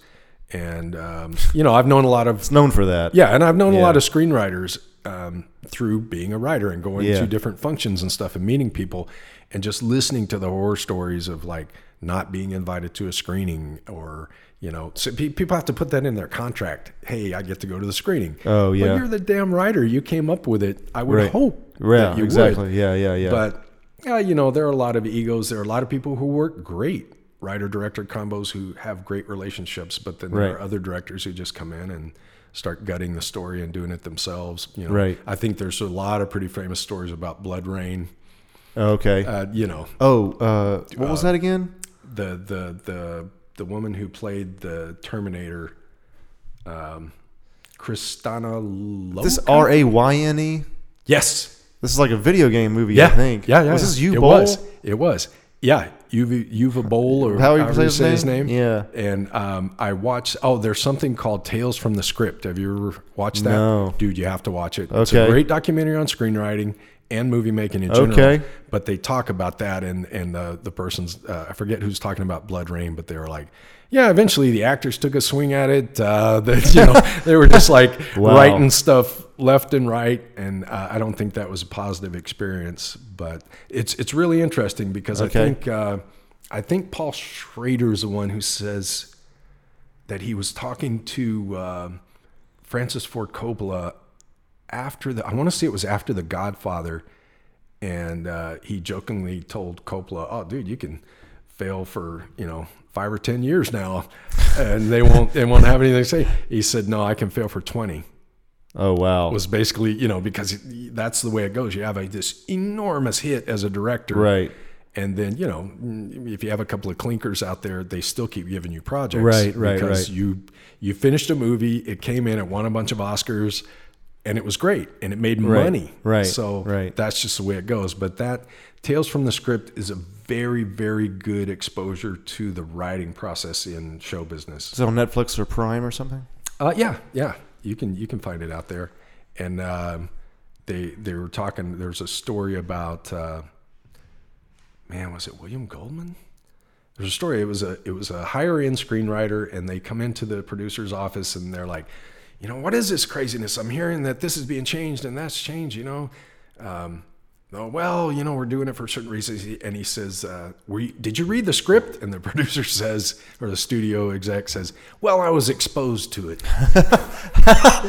Speaker 2: and um, you know, I've known a lot of
Speaker 1: It's known for that.
Speaker 2: Yeah, and I've known a
Speaker 1: Yeah.
Speaker 2: lot of screenwriters um, through being a writer and going
Speaker 1: Yeah.
Speaker 2: to different functions and stuff and meeting people and just listening to the horror stories of like not being invited to a screening or you know so pe- people have to put that in their contract. Hey, I get to go to the screening.
Speaker 1: Oh, yeah.
Speaker 2: Well, you're the damn writer. You came up with it. I would
Speaker 1: Right.
Speaker 2: hope.
Speaker 1: Yeah,
Speaker 2: that you
Speaker 1: exactly.
Speaker 2: Would.
Speaker 1: Yeah, yeah, yeah.
Speaker 2: But yeah, you know, there are a lot of egos. There are a lot of people who work great writer director combos who have great relationships, but then there
Speaker 1: Right.
Speaker 2: are other directors who just come in and start gutting the story and doing it themselves. You know,
Speaker 1: Right.
Speaker 2: I think there's a lot of pretty famous stories about Blood Rain.
Speaker 1: okay.
Speaker 2: Uh, oh, you know,
Speaker 1: oh, uh, what was that again?
Speaker 2: the the the the woman who played the Terminator, um, Kristana Loken.
Speaker 1: This R A Y N E.
Speaker 2: yes,
Speaker 1: This is like a video game movie, I think.
Speaker 2: Yeah, yeah.
Speaker 1: Was
Speaker 2: yeah.
Speaker 1: this you,
Speaker 2: It
Speaker 1: Bowl?
Speaker 2: was. It was. Yeah, Yuva Yuva Bowl or
Speaker 1: How
Speaker 2: how
Speaker 1: you
Speaker 2: you
Speaker 1: say his
Speaker 2: say his
Speaker 1: name?
Speaker 2: name.
Speaker 1: Yeah.
Speaker 2: And um, I watched. Oh, there's something called Tales from the Script. Have you ever watched that?
Speaker 1: No.
Speaker 2: dude, you have to watch it. It's
Speaker 1: Okay.
Speaker 2: a great documentary on screenwriting and movie making in general.
Speaker 1: Okay.
Speaker 2: But they talk about that and and the the person's uh, I forget who's talking about Blood Rain, but they were like. Yeah, eventually the actors took a swing at it. Uh, the, you know, they were just like
Speaker 1: Wow.
Speaker 2: writing stuff left and right, and uh, I don't think that was a positive experience. But it's it's really interesting because
Speaker 1: Okay.
Speaker 2: I think uh, I think Paul Schrader is the one who says that he was talking to um Francis Ford Coppola after the. I want to say it was after The Godfather, and uh, he jokingly told Coppola, "Oh, dude, you can fail for you know five or ten years now, and they won't they won't have anything to say." He said, "No, I can fail for 20
Speaker 3: Oh wow.
Speaker 2: was basically, you know, because that's the way it goes. You have a, this enormous hit as a director.
Speaker 3: Right.
Speaker 2: And then, you know, if you have a couple of clinkers out there, they still keep giving you projects.
Speaker 3: Right, right,
Speaker 2: Because
Speaker 3: right.
Speaker 2: you you finished a movie, it came in, it won a bunch of Oscars, and it was great. And it made money.
Speaker 3: right,
Speaker 2: So
Speaker 3: right.
Speaker 2: that's just the way it goes. But that Tales from the Script is a very, very good exposure to the writing process in show business.
Speaker 1: Is it on Netflix or Prime or something?
Speaker 2: Uh, yeah, yeah. You can you can find it out there. And um, they they were talking. There's a story about uh, man, was it William Goldman? There's a story. It was a it was a higher end screenwriter, and they come into the producer's office, and they're like, you know, what is this craziness? I'm hearing that this is being changed and that's changed. You know. Um, Oh, well, you know, we're doing it for certain reasons. He- And he says, uh, were you, Did you read the script? And the producer says, or the studio exec says, Well, I was exposed to it.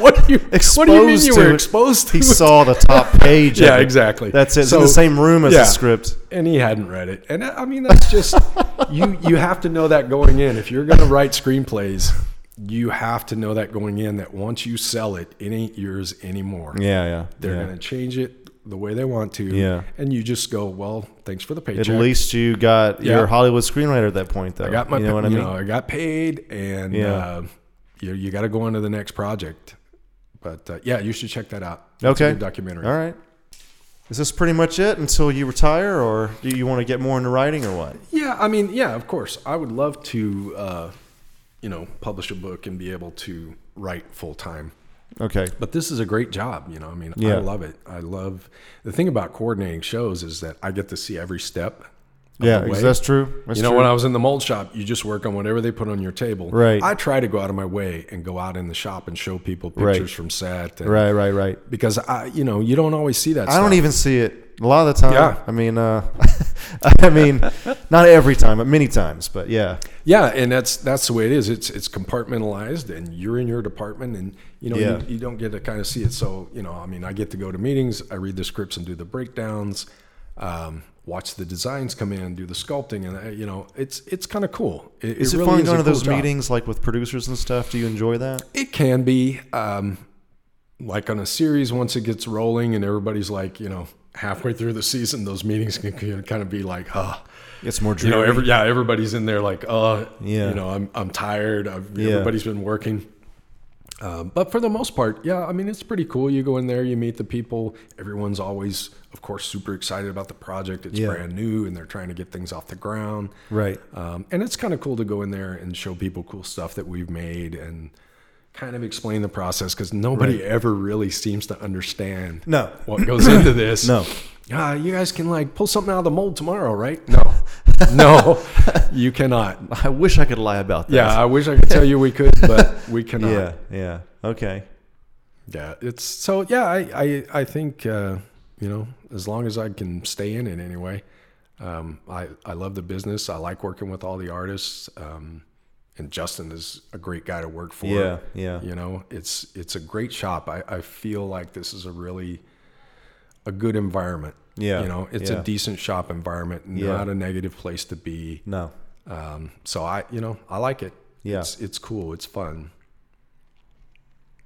Speaker 2: what do you, what do you mean
Speaker 1: Exposed
Speaker 2: you
Speaker 1: to
Speaker 2: were
Speaker 1: it?
Speaker 2: exposed to
Speaker 1: He
Speaker 2: it?
Speaker 1: saw the top page. of
Speaker 2: Yeah,
Speaker 1: it.
Speaker 2: exactly.
Speaker 1: That's it. It's in
Speaker 2: So-
Speaker 1: the same room as
Speaker 2: yeah.
Speaker 1: the script.
Speaker 2: and he hadn't read it. And uh, I mean, that's just you. You have to know that going in. If you're going to write screenplays, you have to know that going in. That once you sell it, it ain't yours anymore.
Speaker 3: Yeah, yeah.
Speaker 2: They're
Speaker 3: yeah.
Speaker 2: going to change it the way they want to.
Speaker 3: Yeah.
Speaker 2: And you just go, well, thanks for the paycheck.
Speaker 1: At least you got
Speaker 2: Yeah.
Speaker 1: your Hollywood screenwriter at that point, though.
Speaker 2: I got my,
Speaker 1: you know what I
Speaker 2: you
Speaker 1: mean?
Speaker 2: know, I got paid, and
Speaker 1: Yeah.
Speaker 2: uh, you you got to go on to the next project. But uh, yeah, you should check that out. It's a
Speaker 1: okay.
Speaker 2: good documentary.
Speaker 1: All right. Is this pretty much it until you retire, or do you want to get more into writing, or what?
Speaker 2: Yeah, I mean, yeah, of course. I would love to, uh, you know, publish a book and be able to write full time.
Speaker 1: Okay.
Speaker 2: But this is a great job, you know. I mean,
Speaker 3: Yeah.
Speaker 2: I love it. I love the thing about coordinating shows is that I get to see every step. of
Speaker 1: Yeah,
Speaker 2: the way.
Speaker 1: ex- that's true. That's
Speaker 2: you know,
Speaker 1: true.
Speaker 2: when I was in the mold shop, you just work on whatever they put on your table.
Speaker 3: Right.
Speaker 2: I try to go out of my way and go out in the shop and show people pictures from set. And,
Speaker 3: Right, right, right.
Speaker 2: Because I, you know, you don't always see that.
Speaker 1: I don't
Speaker 2: stuff.
Speaker 1: even see it a lot of the time.
Speaker 2: Yeah.
Speaker 1: I mean, uh, I mean, not every time, but many times. But yeah,
Speaker 2: Yeah, and that's that's the way it is. It's it's compartmentalized, and you're in your department, and you know
Speaker 1: Yeah.
Speaker 2: you, you don't get to kind of see it. So you know, I mean, I get to go to meetings, I read the scripts and do the breakdowns, um, watch the designs come in, do the sculpting, and I, you know, it's it's kind of cool.
Speaker 1: is it,
Speaker 2: really
Speaker 1: fun
Speaker 2: is a
Speaker 1: going to
Speaker 2: cool
Speaker 1: those
Speaker 2: job.
Speaker 1: meetings like with producers and stuff? Do you enjoy that?
Speaker 2: It can be um, like on a series once it gets rolling, and everybody's like, you know, halfway through the season, those meetings can, can kind of be like, ah.
Speaker 1: It's more
Speaker 2: you know,
Speaker 1: dreary.
Speaker 2: every, yeah, everybody's in there like, uh,
Speaker 3: Yeah.
Speaker 2: you know, I'm, I'm tired. I've,
Speaker 3: Yeah.
Speaker 2: Everybody's been working. Um, but for the most part, yeah, I mean, it's pretty cool. You go in there, you meet the people. Everyone's always, of course, super excited about the project. It's
Speaker 3: Yeah.
Speaker 2: brand new and they're trying to get things off the ground.
Speaker 3: Right.
Speaker 2: Um, and it's kind of cool to go in there and show people cool stuff that we've made and kind of explain the process because nobody ever really seems to understand
Speaker 3: No.
Speaker 2: what goes into this.
Speaker 3: No.
Speaker 2: Ah, you guys can like pull something out of the mold tomorrow, right? No, no, you cannot.
Speaker 1: I wish I could lie about that.
Speaker 2: Yeah, I wish I could tell you we could, but we cannot.
Speaker 3: Yeah, yeah. Okay.
Speaker 2: Yeah, it's so yeah. I I, I think uh, you know as long as I can stay in it anyway. Um, I I love the business. I like working with all the artists. Um, and Justin is a great guy to work for.
Speaker 3: Yeah, yeah.
Speaker 2: You know, it's it's a great shop. I I feel like this is a really a good environment.
Speaker 3: Yeah,
Speaker 2: You know, it's
Speaker 3: yeah.
Speaker 2: a decent shop environment, not a negative place to be.
Speaker 3: No.
Speaker 2: Um, so I, you know, I like it.
Speaker 3: Yeah.
Speaker 2: It's, it's cool. It's fun.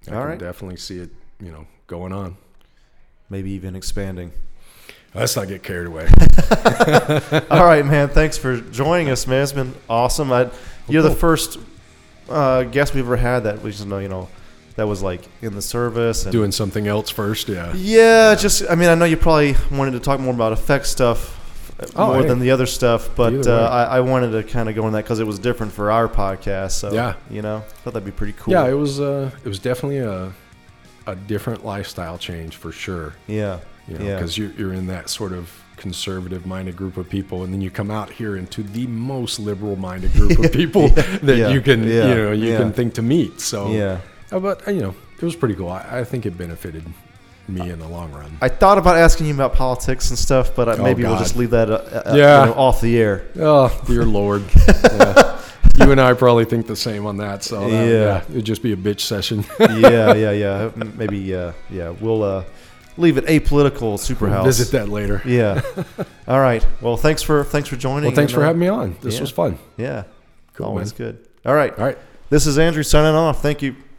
Speaker 2: I
Speaker 1: All
Speaker 2: can
Speaker 1: right.
Speaker 2: definitely see it, you know, going on.
Speaker 3: Maybe even expanding.
Speaker 2: Let's not get carried away.
Speaker 1: All right, man. Thanks for joining us, man. It's been awesome. I, you're the
Speaker 2: cool.
Speaker 1: first uh, guest we've ever had that was, you know, you know, that was like in the service and
Speaker 2: Doing something else first, yeah.
Speaker 1: Yeah, just I mean, I know you probably wanted to talk more about effects stuff uh,
Speaker 2: Oh,
Speaker 1: more
Speaker 2: hey.
Speaker 1: than the other stuff, but
Speaker 2: Either
Speaker 1: uh,
Speaker 2: way.
Speaker 1: I, I wanted to kind of go in that because it was different for our podcast. So
Speaker 2: Yeah.
Speaker 1: you know, thought that'd be pretty cool.
Speaker 2: Yeah, it was uh, it was definitely a a different lifestyle change for sure.
Speaker 3: Yeah. Yeah.
Speaker 2: You know, because you're you're in that sort of conservative minded group of people, and then you come out here into the most liberal minded group of people that
Speaker 3: yeah,
Speaker 2: you can
Speaker 3: yeah,
Speaker 2: you know you
Speaker 3: yeah.
Speaker 2: can think to meet. So
Speaker 3: Yeah.
Speaker 2: Uh, But uh, you know, it was pretty cool. I, I think it benefited me in the long run.
Speaker 1: I thought about asking you about politics and stuff, but I,
Speaker 2: Oh,
Speaker 1: maybe we'll
Speaker 2: God.
Speaker 1: just leave that uh, uh,
Speaker 2: Yeah.
Speaker 1: you know, off the air.
Speaker 2: Oh, dear Lord. Yeah. You and I probably think the same on that. So, that-
Speaker 1: Yeah.
Speaker 2: yeah, it'd just be a bitch session.
Speaker 1: yeah, yeah, yeah. M- Maybe, uh, yeah. We'll uh, leave it apolitical. Super house.
Speaker 2: Visit that later.
Speaker 1: Yeah. All right. Well, thanks for thanks for joining.
Speaker 2: Well, thanks
Speaker 1: and,
Speaker 2: for
Speaker 1: uh,
Speaker 2: having me on. This
Speaker 1: yeah.
Speaker 2: was fun.
Speaker 1: Yeah.
Speaker 2: Cool,
Speaker 1: always
Speaker 2: man.
Speaker 1: good. All right.
Speaker 2: All right.
Speaker 1: This is Andrew signing off. Thank you.